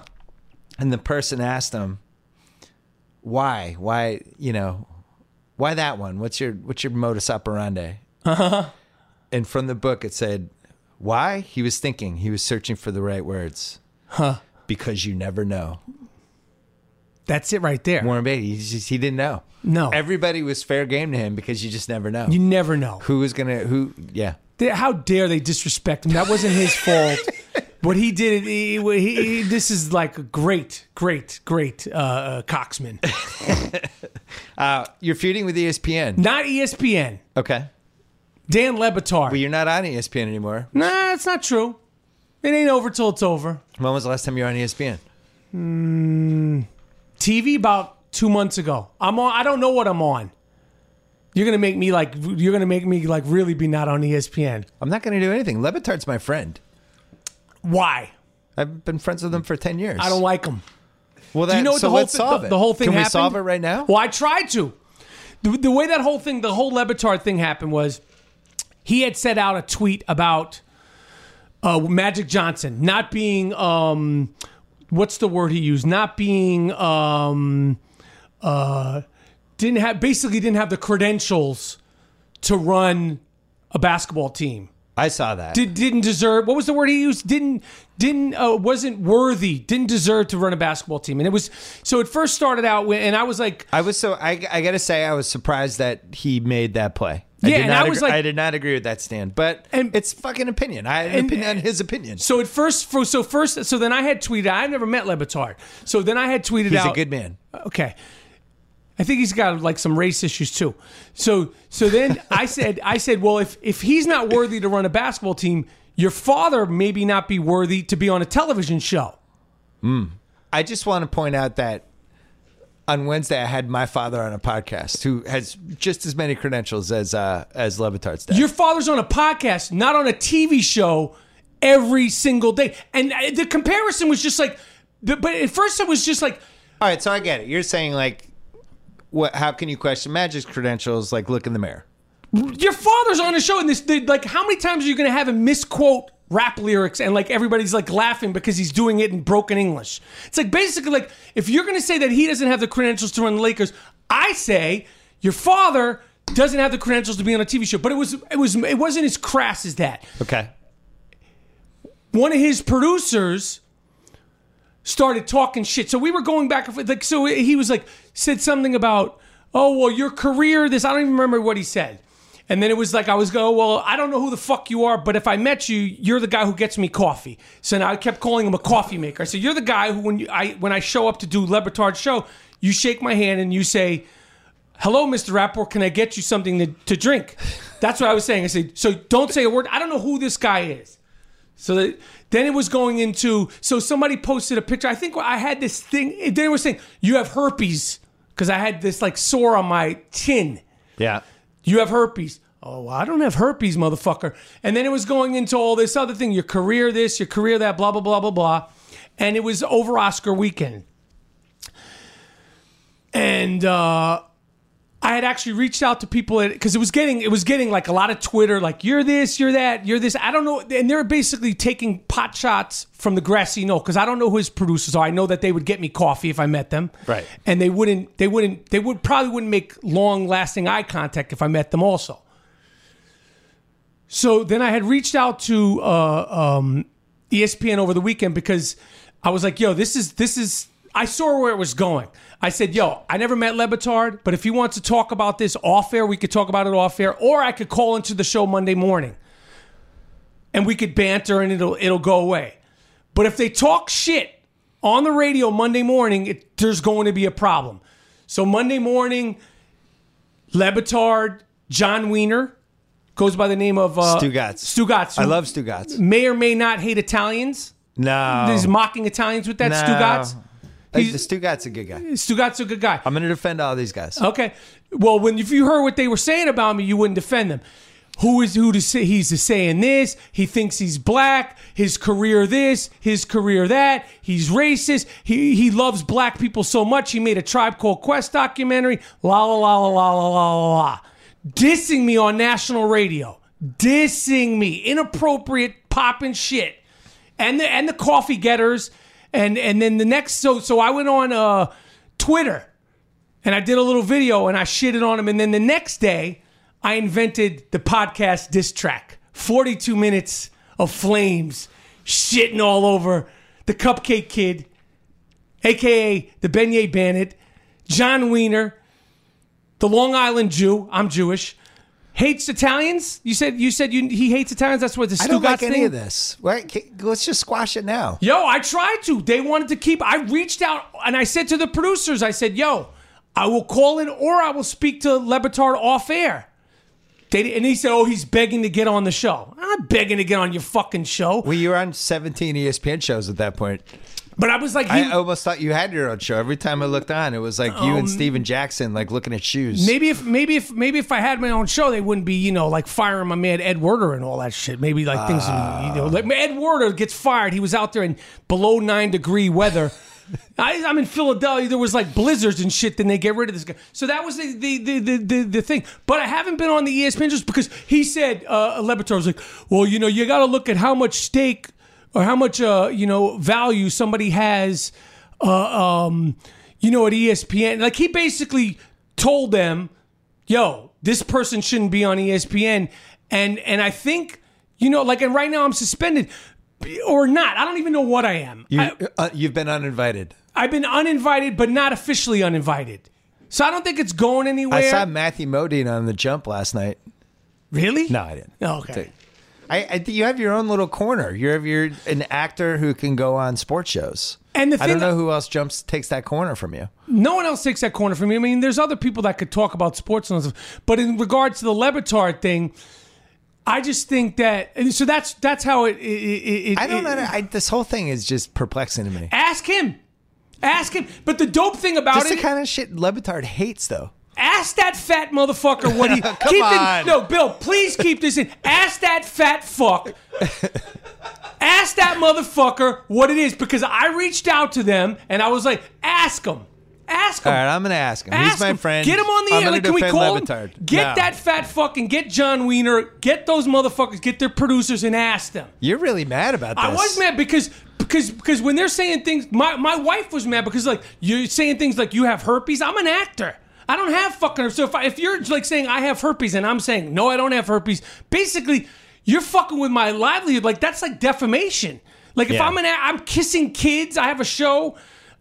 and the person asked him why why you know why that one what's your what's your modus operandi and from the book it said why he was thinking he was searching for the right words huh because you never know That's it right there. warren beatty he, just, he didn't know No. everybody was fair game to him because you just never know You never know. who was gonna who yeah They- How dare they disrespect him? That wasn't his fault. What he did, he, he, he- this is like a great, great, great uh, uh, coxman. uh, you're feuding with espn Not E ESPN. okay Dan Lebitar. well you're not on E espn anymore nah, it's not true. It ain't over till it's over. when was the last time you were on E espn TV about two months ago. I'm on. I don't know what I'm on. You're gonna make me like. You're gonna make me like really be not on E ESPN. i'm not gonna do anything levitard's my friend Why? I've been friends with them for ten years. I don't like him. Well, that, Do you know what so the whole let's thi- solve the, it. the whole thing Can happened? we solve it right now? Well, I tried to. The, the way that whole thing, the whole Lebitard thing happened was he had set out a tweet about uh, Magic Johnson not being um, what's the word he used? Not being um, uh, didn't have basically didn't have the credentials to run a basketball team I saw that. did, didn't deserve what was the word he used didn't didn't uh, wasn't worthy didn't deserve to run a basketball team and it was so it first started out when, and i was like I was so I, I gotta say I was surprised that he made that play. I Yeah, did and not I was agree, like- I did not agree with that stand, but And- it's fucking opinion. I had an and- uh, opinion on his opinion. so at first for, so first so then i had tweeted i've never met lebitard so then i had tweeted He's out a good man. okay i think he's got like some race issues too so so then i said i said well if if he's not worthy to run a basketball team your father maybe not be worthy to be on a television show I just want to point out that on Wednesday I had my father on a podcast who has just as many credentials as uh, as Levitard's dad. Your father's on a podcast, not on a TV show every single day. And uh, the comparison was just like, the- but at first it was just like, All right, so I get it. You're saying like, what? How can you question Magic's credentials? Like, look in the mirror. your father's on a show, and this, they, like, how many times are you going to have him misquote rap lyrics and like everybody's like laughing because he's doing it in broken English? It's like basically like, if you're going to say that he doesn't have the credentials to run the Lakers, I say your father doesn't have the credentials to be on a TV show. But it was, it was, it wasn't as crass as that. Okay. one of his producers started talking shit. So we were going back and forth. Like, so he was like, said something about, oh, well, your career, this, I don't even remember what he said. And then it was like, I was go, well, I don't know who the fuck you are, but if I met you, you're the guy who gets me coffee. So now I kept calling him a coffee maker. I said, you're the guy who, when you, I, when I show up to do Lebertard show, you shake my hand and you say, hello, Mr. Rapport, can I get you something to, to drink? That's what I was saying. I said, so don't say a word. I don't know who this guy is. So that, then it was going into. So somebody posted a picture. I think I had this thing. It, they were saying you have herpes because I had this like sore on my chin. Yeah. You have herpes. Oh, I don't have herpes, motherfucker. And then it was going into all this other thing. Your career, this, your career, that, blah blah blah blah blah. And it was over Oscar weekend. and uh, I had actually reached out to people because it was getting it was getting like a lot of Twitter, like you're this, you're that, you're this. I don't know, and they're basically taking pot shots from the grassy knoll because I don't know who his producers are. I know that they would get me coffee if I met them, Right. And they wouldn't, they wouldn't, they would probably wouldn't make long lasting eye contact if I met them also. So then I had reached out to uh, um, ESPN over the weekend because I was like, "Yo, this is this is." I saw where it was going. I said, "Yo, I never met Lebatard, but if he wants to talk about this off air, we could talk about it off air, or I could call into the show Monday morning, and we could banter, and it'll it'll go away. But if they talk shit on the radio Monday morning, it, there's going to be a problem. So Monday morning, Lebatard, John Wiener." Goes by the name of uh, Stugatz. Stugatz. who I love Stugatz. may or may not hate Italians. No. He's mocking Italians with that Oh. no. Stugatz. Hey, He's- the Stugatz a good guy. Stugatz a good guy. I'm going to defend all these guys. Okay. Well, when if you heard what they were saying about me, you wouldn't defend them. Who is who to say he's saying this? He thinks he's black. His career this, his career that. He's racist. He he loves black people so much. He made a Tribe Called Quest documentary. La la la la la la la la. la. Dissing me on national radio. Dissing me. Inappropriate popping shit. And the and the coffee getters. And and then the next so so I went on uh Twitter and I did a little video and I shitted on him. And then the next day, I invented the podcast diss track 42 minutes of flames shitting all over the Cupcake Kid, aka the Beignet Bandit, John Wiener, the Long Island Jew. I'm Jewish. Hates Italians? You said you said you, he hates Italians. That's what the I don't Stugatz like thing. any of this. Right? Ca- Let's just squash it now. Yo, I tried to. They wanted to keep. I reached out and I said to the producers, I said, "Yo, I will call in or I will speak to Lebatard off air." They, and he said, "Oh, he's begging to get on the show." I'm not begging to get on your fucking show. Well, you were on E 17 ESPN shows at that point. but I was like, he, I almost thought you had your own show. Every time I looked on, it was like you and Steven Jackson, like looking at shoes. Um, maybe if maybe if maybe if I had my own show, they wouldn't be you know like firing my man Ed Werder and all that shit. Maybe like things you know like Ed Werder gets fired. He was out there in below nine degree weather. I, I'm in Philadelphia. There was like blizzards and shit. Then they get rid of this guy. So that was the the the the, the, the thing. But I haven't been on the E ESPN just because he said uh, Lebatard was like, well, you know, you got to look at how much stake or how much uh, you know value somebody has uh, um, you know, at ESPN. Like he basically told them, "Yo, this person shouldn't be on E ESPN." And and I think you know, like, and right now I'm suspended or not. I don't even know what I am. You, I, uh, you've been uninvited. I've been uninvited, but not officially uninvited. So I don't think it's going anywhere. I saw Matthew Modine on the jump last night. really? No, I didn't. Oh, okay. I, I think you have your own little corner. You have your an actor who can go on sports shows. And the I don't thing- know who else jumps takes that corner from you. No one else takes that corner from me. I mean, there's other people that could talk about sports and stuff. But in regards to the Levitard thing, I just think that and so that's that's how it. it, it it- I don't know. it- I, this whole thing is just perplexing to me. Ask him. Ask him. But the dope thing about That's it, the kind of shit Levitard hates, though. ask that fat motherfucker what he. Come keep on. It, no, Bill, please keep this in. Ask that fat fuck. ask that motherfucker what it is because I reached out to them and I was like, ask him. Ask him. All right, I'm gonna ask him. Ask He's my him. friend. Get him on the I'm air. gonna Like, can we defend call him? Levitard. Get No. that fat fucking. Get John Wiener. Get those motherfuckers. Get their producers and ask them. You're really mad about this. I was mad because because because when they're saying things, my my wife was mad because like you're saying things like you have herpes. I'm an actor. I don't have fucking herpes. So if I, if you're like saying I have herpes and I'm saying no, I don't have herpes, basically you're fucking with my livelihood. Like that's like defamation. Like if Yeah. I'm an a- I'm kissing kids. I have a show.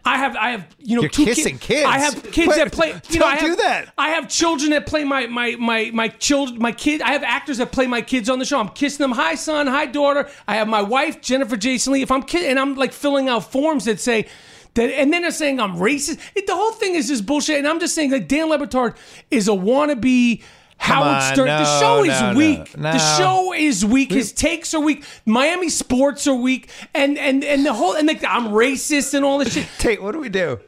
I have I have you know You're two ki- kissing kids? I have kids Wait, that play. You know, don't I have, do that. I have children that play my my my my children my kid. I have actors that play my kids on the show. I'm kissing them. Hi son, hi daughter. I have my wife Jennifer Jason Lee. If I'm kid and I'm like filling out forms that say that, and then they're saying I'm racist. It, the whole thing is just bullshit. And I'm just saying like Dan Lebatard is a wannabe. Howard on, Stern. no, the show is no, no, weak. no. The show is weak. His takes are weak. Miami sports are weak. And and and the whole and like I'm racist and all this shit. Tate, what do we do?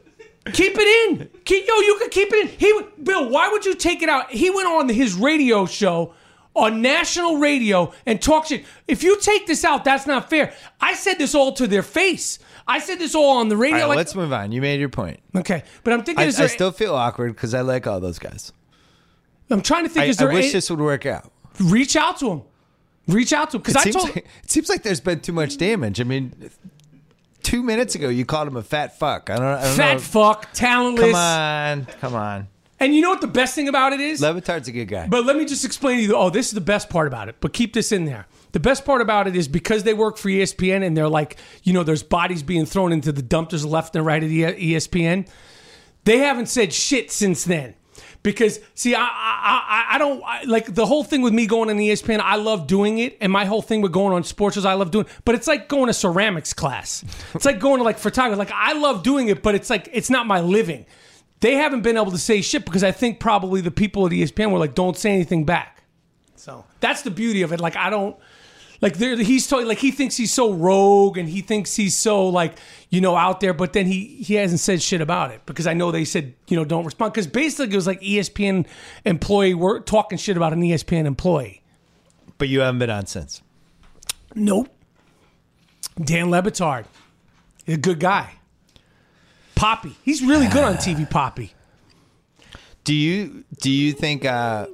Keep it in. Keep, yo, you could keep it in. He would- Bill, why would you take it out? He went on his radio show on national radio and talk shit. If you take this out, that's not fair. I said this all to their face. I said this all on the radio. All right, like- let's move on. You made your point. okay, but I'm thinking, I, is there, I still feel awkward because I like all those guys. I'm trying to think, I, is there I wish any- this would work out. reach out to him. Reach out to him. Because I seems told like, it seems like there's been too much damage. I mean, two minutes ago you called him a fat fuck. I don't, I don't fat know. fuck, talentless. Come on, come on. And you know what the best thing about it is? Levitard's a good guy. But let me just explain to you. Oh, this is the best part about it. But keep this in there. The best part about it is because they work for E ESPN and they're like, you know, there's bodies being thrown into the dumpsters left and right at E- ESPN. They haven't said shit since then. Because see, I I, I, I don't I, like the whole thing with me going on E ESPN. I love doing it, and my whole thing with going on sports shows, I love doing. But it's like going to ceramics class. It's like going to like photography. Like I love doing it, but it's like it's not my living they haven't been able to say shit because I think probably the people at E ESPN were like, "Don't say anything back." So that's the beauty of it. Like I don't like there he's totally like he thinks he's so rogue and he thinks he's so like you know out there, but then he he hasn't said shit about it because I know they said you know don't respond because basically it was like E ESPN employee were talking shit about an E ESPN employee. But you haven't been on since. Nope. Dan Lebitard, a good guy. Poppy, he's really good on TV. Poppy. Do you do you think uh,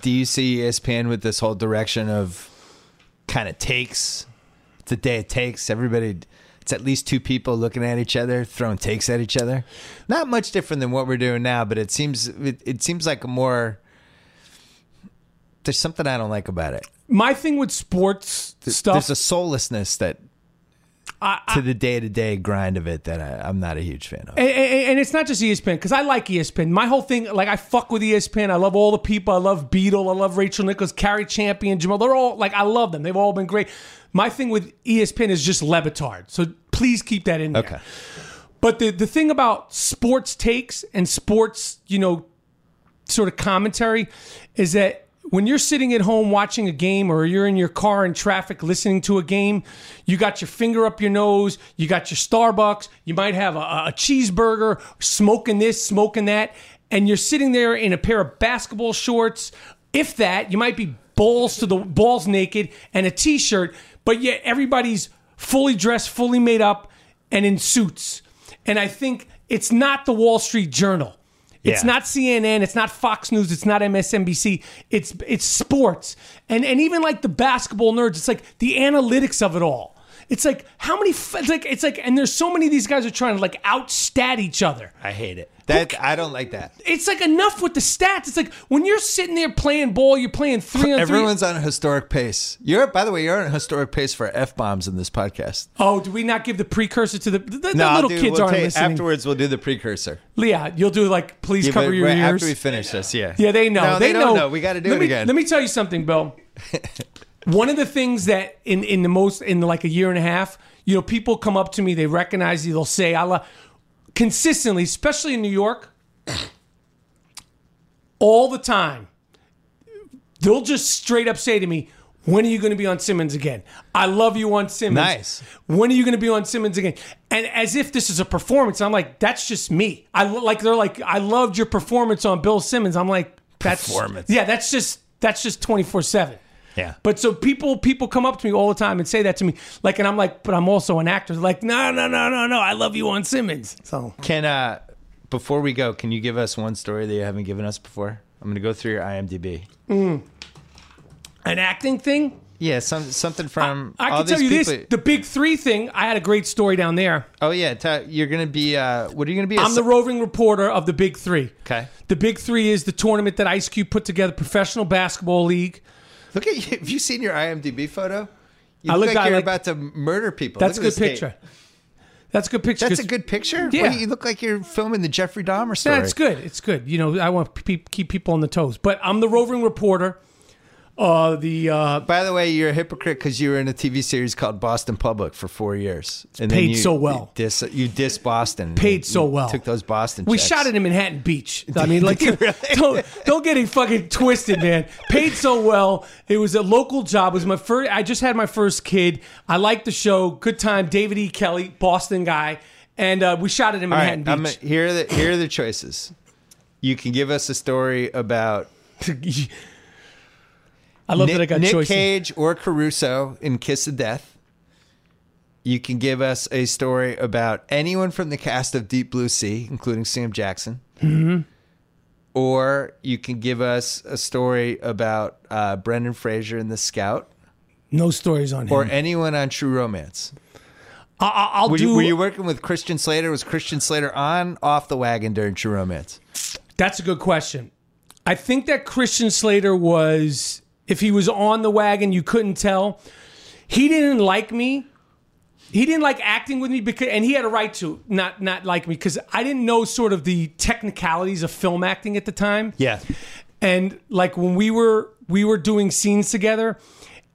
do you see E ESPN with this whole direction of kind of takes? It's the day it takes. Everybody, it's at least two people looking at each other, throwing takes at each other. Not much different than what we're doing now, but it seems it, it seems like a more. There's something I don't like about it. My thing with sports stuff There's a soullessness that I- Eh, to the day to day grind of it that I, I'm not a huge fan of. And, and- and it's not just E ESPN because I like ESPN. My whole thing, like I fuck with E ESPN. I love all the people. I love Beadle. I love Rachel Nichols, Carrie Champion, Jamal. They're all like I love them. They've all been great. My thing with E ESPN is just Levitard. So please keep that in there. Okay. But the the thing about sports takes and sports, you know, sort of commentary is that when you're sitting at home watching a game or you're in your car in traffic listening to a game, you got your finger up your nose, you got your Starbucks, you might have a, a cheeseburger, smoking this, smoking that, and you're sitting there in a pair of basketball shorts, if that, you might be balls to the balls naked and a t-shirt, but yet everybody's fully dressed, fully made up and in suits. And I think it's not the Wall Street Journal. It's Yeah. not CNN. It's not Fox News. It's not MSNBC. It's it's sports, and and even like the basketball nerds. It's like the analytics of it all. It's like how many? f- It's like it's like, and there's so many of these guys are trying to like outstat each other. I hate it. That I don't like that. It's like enough with the stats. It's like when you're sitting there playing ball, you're playing three on Everyone's on a historic pace. You're, by the way, you're on a historic pace for f bombs in this podcast. three. Oh, do we not give the precursor to the the, the I'll little do- kids we'll aren't take- listening? Afterwards, we'll do the precursor. Leah, you'll do like please Yeah, cover but your right ears. after we finish this. Yeah, Yeah, they know. No, they, don't know. We got to do let it me, again. Let me tell you something, Bill. One of the things that in in the most in like a year and a half, you know, people come up to me, they recognize you, they'll say, "I love." Consistently, especially in New York, all the time, they'll just straight up say to me. When are you going to be on Simmons again? I love you on Simmons. Nice. When are you going to be on Simmons again? And as if this is a performance, I'm like, that's just me. I lo- like they're like, I loved your performance on Bill Simmons. I'm like, that's Performance. yeah, that's just that's just 24 seven. yeah. But so people people come up to me all the time and say that to me, like, and I'm like, but I'm also an actor. They're like, no, no, no, no, no, I love you on Simmons. So can uh, before we go, can you give us one story that you haven't given us before? I'm gonna go through your IMDb. an acting thing. Yeah, some something from I all can tell these you this: people- the Big Three thing. I had a great story down there. oh yeah, Ta- you're gonna be. Uh, what are you gonna be? A I'm the su- roving reporter of the Big Three. Okay. The Big Three is the tournament that Ice Cube put together, professional basketball league. Look at you. Have you seen your IMDb photo? You I look like look guy you're like- about to murder people. That's a Look at good this picture. tape. That's a good picture. That's a 'cause- good picture. Yeah. What do you look like you're filming the Jeffrey Dahmer story. Yeah, it's good. It's good. You know, I want to pe- keep people on the toes. But I'm the roving reporter. Uh, the uh, By the way, you're a hypocrite because you were in a TV series called Boston Public for four years. and paid you, so well. You diss, you diss Boston. Paid You so well. Took those Boston. we checks. shot it in Manhattan Beach. I mean, like, don't don't get it fucking twisted, man. Paid so well. It was a local job. It was my first. I just had my first kid. I liked the show. Good time. David E. Kelly, Boston guy, and uh, we shot it in All Manhattan right, I'm, Beach. here are the here are the choices. You can give us a story about I love Nick, that I got Nick choices. Cage or Caruso in Kiss of Death. You can give us a story about anyone from the cast of Deep Blue Sea, including Sam Jackson. Mm-hmm. Or you can give us a story about uh, Brendan Fraser and the Scout, No stories on him. or anyone on True Romance. I, I, I'll Were Mm. do. you, were you working with Christian Slater? Was Christian Slater on off the wagon during True Romance? That's a good question. I think that Christian Slater was, if he was on the wagon, you couldn't tell. He didn't like me. He didn't like acting with me because, and he had a right to not not like me because I didn't know sort of the technicalities of film acting at the time. Yeah. And like when we were we were doing scenes together,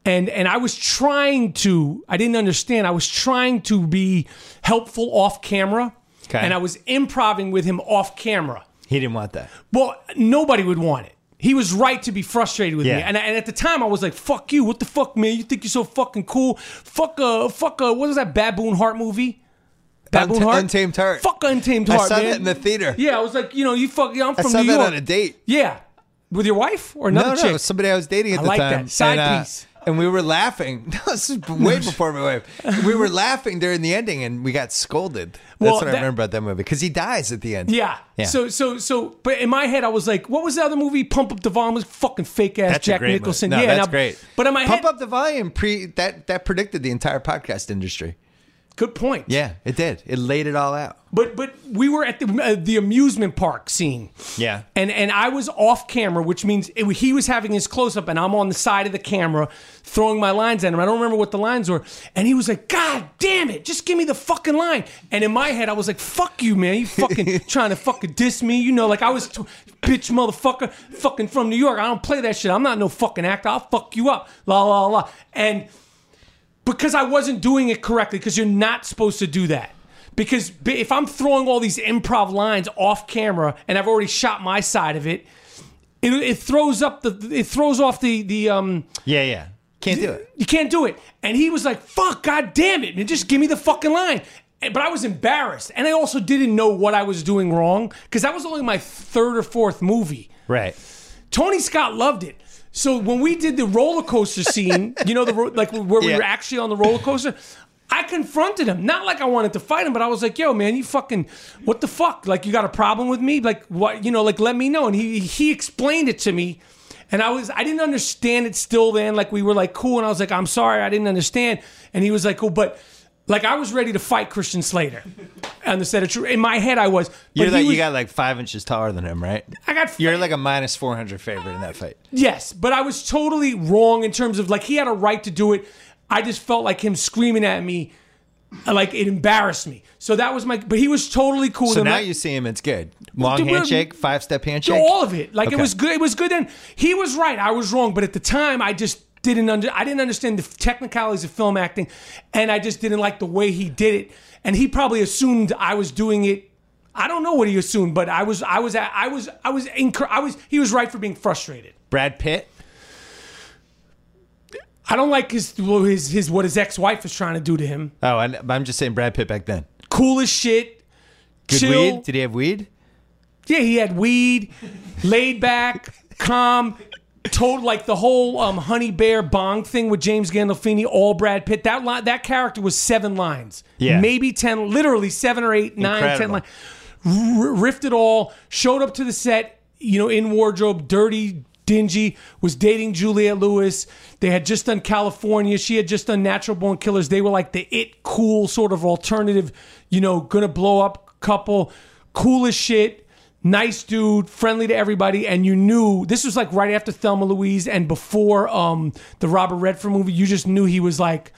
and and I was trying to, I didn't understand. I was trying to be helpful off camera, Okay. and I was improvising with him off camera. He didn't want that. Well, nobody would want it. He was right to be frustrated with Yeah. me, and, and at the time I was like, "Fuck you! What the fuck, man? You think you're so fucking cool? Fuck a fuck a what was that Baboon Heart movie? Baboon Unt- Heart, Untamed Heart. Fuck Untamed I Heart. saw man. that in the theater. Yeah, I was like, you know, you fuck. I'm I from saw New that York. on a date. yeah, with your wife or No, another no, chick? somebody I was dating at I the like that. time. Side and, uh, piece. And we were laughing. No, this is way before my wife. We were laughing during the ending, and we got scolded. That's Well, what I that- remember about that movie because he dies at the end. yeah. Yeah. So so so, but in my head I was like, what was the other movie? Pump Up the Volume was fucking fake ass That's a Jack great Nicholson. movie. No, yeah, that's now- great. But in my Pump head, up the volume. Pre that that predicted the entire podcast industry. good point. Yeah, it did. It laid it all out. But but we were at the uh, the amusement park scene. Yeah. And and I was off camera, which means it, he was having his close up, and I'm on the side of the camera throwing my lines at him. I don't remember what the lines were, and he was like, "God damn it, just give me the fucking line." And in my head, I was like, "Fuck you, man! You fucking trying to fucking diss me? You know, like I was t- bitch motherfucker, fucking from New York. I don't play that shit. I'm not no fucking actor. I'll fuck you up." La la la. And because I wasn't doing it correctly because you're not supposed to do that. Because b- if I'm throwing all these improv lines off camera and I've already shot my side of it, it, it throws up the it throws off the the um Yeah, yeah. Can't do it. you can't do it. And he was like, "Fuck, god damn it, man, just give me the fucking line." And- But I was embarrassed, and I also didn't know what I was doing wrong because that was only my third or fourth movie. Right. Tony Scott loved it. So when we did the roller coaster scene, you know, the ro- like where we Yeah. were actually on the roller coaster, I confronted him. Not like I wanted to fight him, but I was like, "Yo, man, you fucking what the fuck? Like, you got a problem with me? Like, what? You know, like let me know." And he he explained it to me, and I was I didn't understand it still then. Like we were like cool, and I was like, "I'm sorry, I didn't understand." And he was like, "Oh, but." Like I was ready to fight Christian Slater, on the set of True. In my head, I was. But You're he like you was- got like five inches taller than him, right? I got. You're like a minus four hundred favorite in that fight. Yes, but I was totally wrong in terms of like he had a right to do it. I just felt like him screaming at me, like it embarrassed me. So that was my. But he was totally cool. So with now him. you see him, it's good. Long dude, we're- handshake, five step handshake. all of it. Like it Okay. was good. It was good then. He was right. I was wrong. But at the time, I just didn't under. I didn't understand the technicalities of film acting, and I just didn't like the way he did it. And he probably assumed I was doing it. I don't know what he assumed, but I was. I was. at- I was. I was. Incur- I was. He was right for being frustrated. Brad Pitt. I don't like his well, his his what his ex wife is trying to do to him. Oh, I, I'm just saying Brad Pitt back then. Cool as shit. Good chill. weed? Did he have weed? Yeah, he had weed, laid back, calm. Told like the whole um, Honey Bear Bong thing with James Gandolfini, all Brad Pitt. That line, that character was seven lines, Yeah. maybe ten, literally seven or eight, nine, ten Incredible. lines. r- riffed it all, showed up to the set, you know, in wardrobe, dirty, dingy, was dating Juliette Lewis. They had just done California. She had just done Natural Born Killers. They were like the it cool sort of alternative, you know, gonna blow up couple, cool as shit. Nice dude, friendly to everybody, and you knew this was like right after Thelma Louise and before um, the Robert Redford movie. You just knew he was like,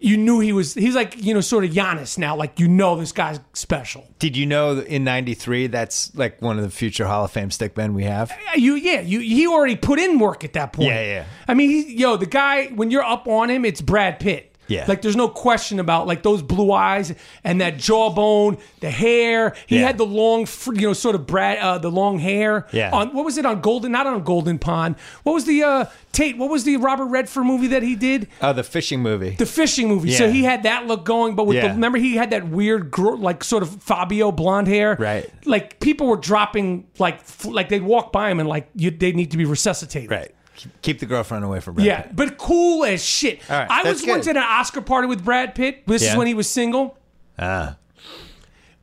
you knew he was he's like you know sort of Giannis now. Like you know this guy's special. Did you know that in '93 that's like one of the future Hall of Fame stickmen we have? you yeah you he already put in work at that point. Yeah, yeah. I mean, he, yo, the guy when you're up on him, it's Brad Pitt. Yeah. like there's no question about like those blue eyes and that jawbone, the hair. He Yeah. had the long, fr- you know, sort of Brad, uh, the long hair. Yeah. On what was it on Golden? Not on Golden Pond. What was the uh, Tate? What was the Robert Redford movie that he did? Oh, the fishing movie. The fishing movie. So Yeah. he had that look going, but with Yeah. the remember he had that weird, gro- like sort of Fabio blonde hair. Right. Like people were dropping, like f- like they'd walk by him and like you, they need to be resuscitated. right. Keep the girlfriend away from Brad Yeah, Pitt. but cool as shit. All right, I that's was once good. at an Oscar party with Brad Pitt. This Yeah. is when he was single. Ah.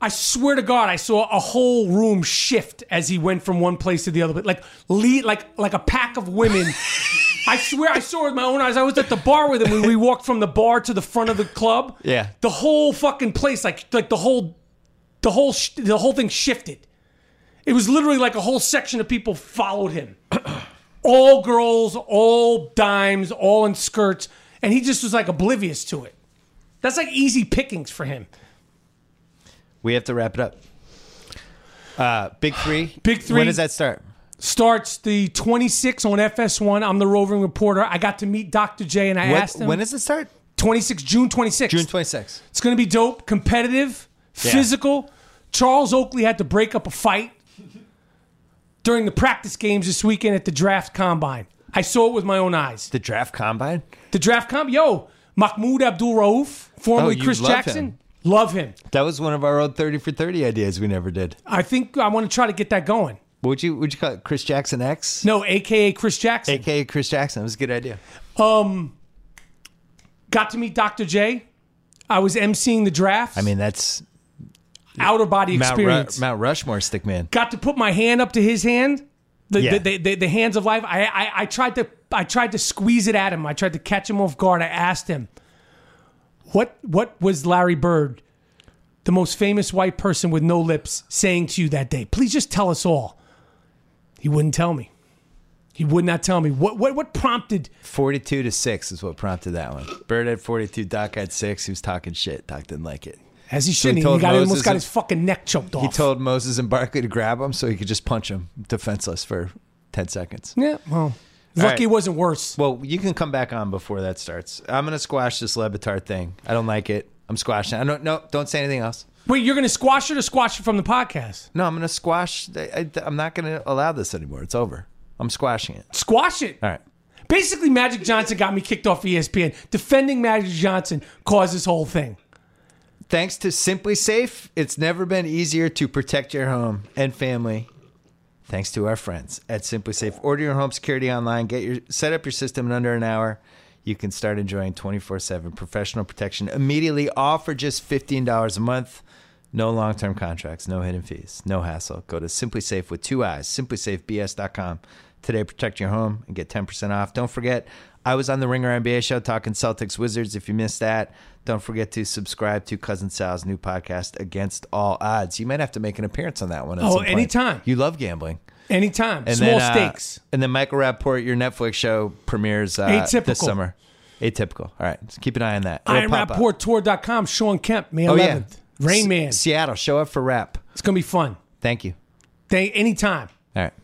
I swear to God, I saw a whole room shift as he went from one place to the other. But like, lead, like, like a pack of women. I swear, I saw it with my own eyes. I was at the bar with him. We, we walked from the bar to the front of the club. Yeah. the whole fucking place, like, like the whole, the whole, sh- the whole thing shifted. It was literally like a whole section of people followed him. all girls, all dimes, all in skirts, and he just was like oblivious to it. That's like easy pickings for him. We have to wrap it up. Uh, big three. Big three. When does that start? starts the 26 on FS1. I'm the roving reporter. I got to meet Dr. J and I When- asked him when does it start? 26 June 26th. June 26th. it's going to be dope, competitive, physical. Charles Oakley had to break up a fight during the practice games this weekend at the draft combine. I saw it with my own eyes. The draft combine. The draft comp, yo, Mahmoud Abdul Rauf, formerly Oh, you Chris love Jackson. him. Love him. That was one of our old thirty for thirty ideas we never did. I think I want to try to get that going. Would you would you call it Chris Jackson X? No, AKA Chris Jackson. AKA Chris Jackson. That was a good idea. got to meet Dr. J. I was emceeing the draft. I mean, that's outer body Mount, Ru- experience. Mount Rushmore stickman. Got to put my hand up to his hand. The, Yeah. the, the, the hands of life. I, I, I tried to I tried to squeeze it at him. I tried to catch him off guard. I asked him, "What what was Larry Bird, the most famous white person with no lips, saying to you that day? Please just tell us all." He wouldn't tell me. He would not tell me. What what what prompted? Forty-two to six is what prompted that one. Bird had forty-two. Doc had six. He was talking shit. Doc didn't like it. As he he shouldn't. he told got, Moses almost got and- his fucking neck choked off. He told Moses and Barkley to grab him so he could just punch him defenseless for ten seconds. Yeah. Well, All lucky right. it wasn't worse. Well, you can come back on before that starts. I'm gonna squash this Lebatard thing. I don't like it. I'm squashing. I don't. No, don't say anything else. Wait, you're gonna squash it or squash it from the podcast? No, I'm gonna squash. I, I, I'm not gonna allow this anymore. It's over. I'm squashing it. Squash it. All right. Basically, Magic Johnson got me kicked off E ESPN. Defending Magic Johnson caused this whole thing. Thanks to Simply Safe, it's never been easier to protect your home and family. Thanks to our friends at Simply Safe. Order your home security online. Get your set up your system in under an hour. You can start enjoying 24/7 professional protection immediately all for just $15 a month. No long-term contracts, no hidden fees, no hassle. Go to Simply Safe with two eyes, simplysafebs.com. Today protect your home and get 10% off. Don't forget I was on the Ringer NBA show talking Celtics Wizards. If you missed that, don't forget to subscribe to Cousin Sal's new podcast, Against All Odds. You might have to make an appearance on that one. at Oh, some point. anytime. You love gambling. Anytime. Small then, uh, stakes. and then Michael Rapport, your Netflix show premieres uh, Atypical. this summer. Atypical. All right. So keep an eye on that. It'll pop up. IronRapportTour.com. Sean Kemp, May 11th. Oh, yeah. Rain S- Man. Seattle, show up for rap. It's going to be fun. Thank you. Day, anytime. All right.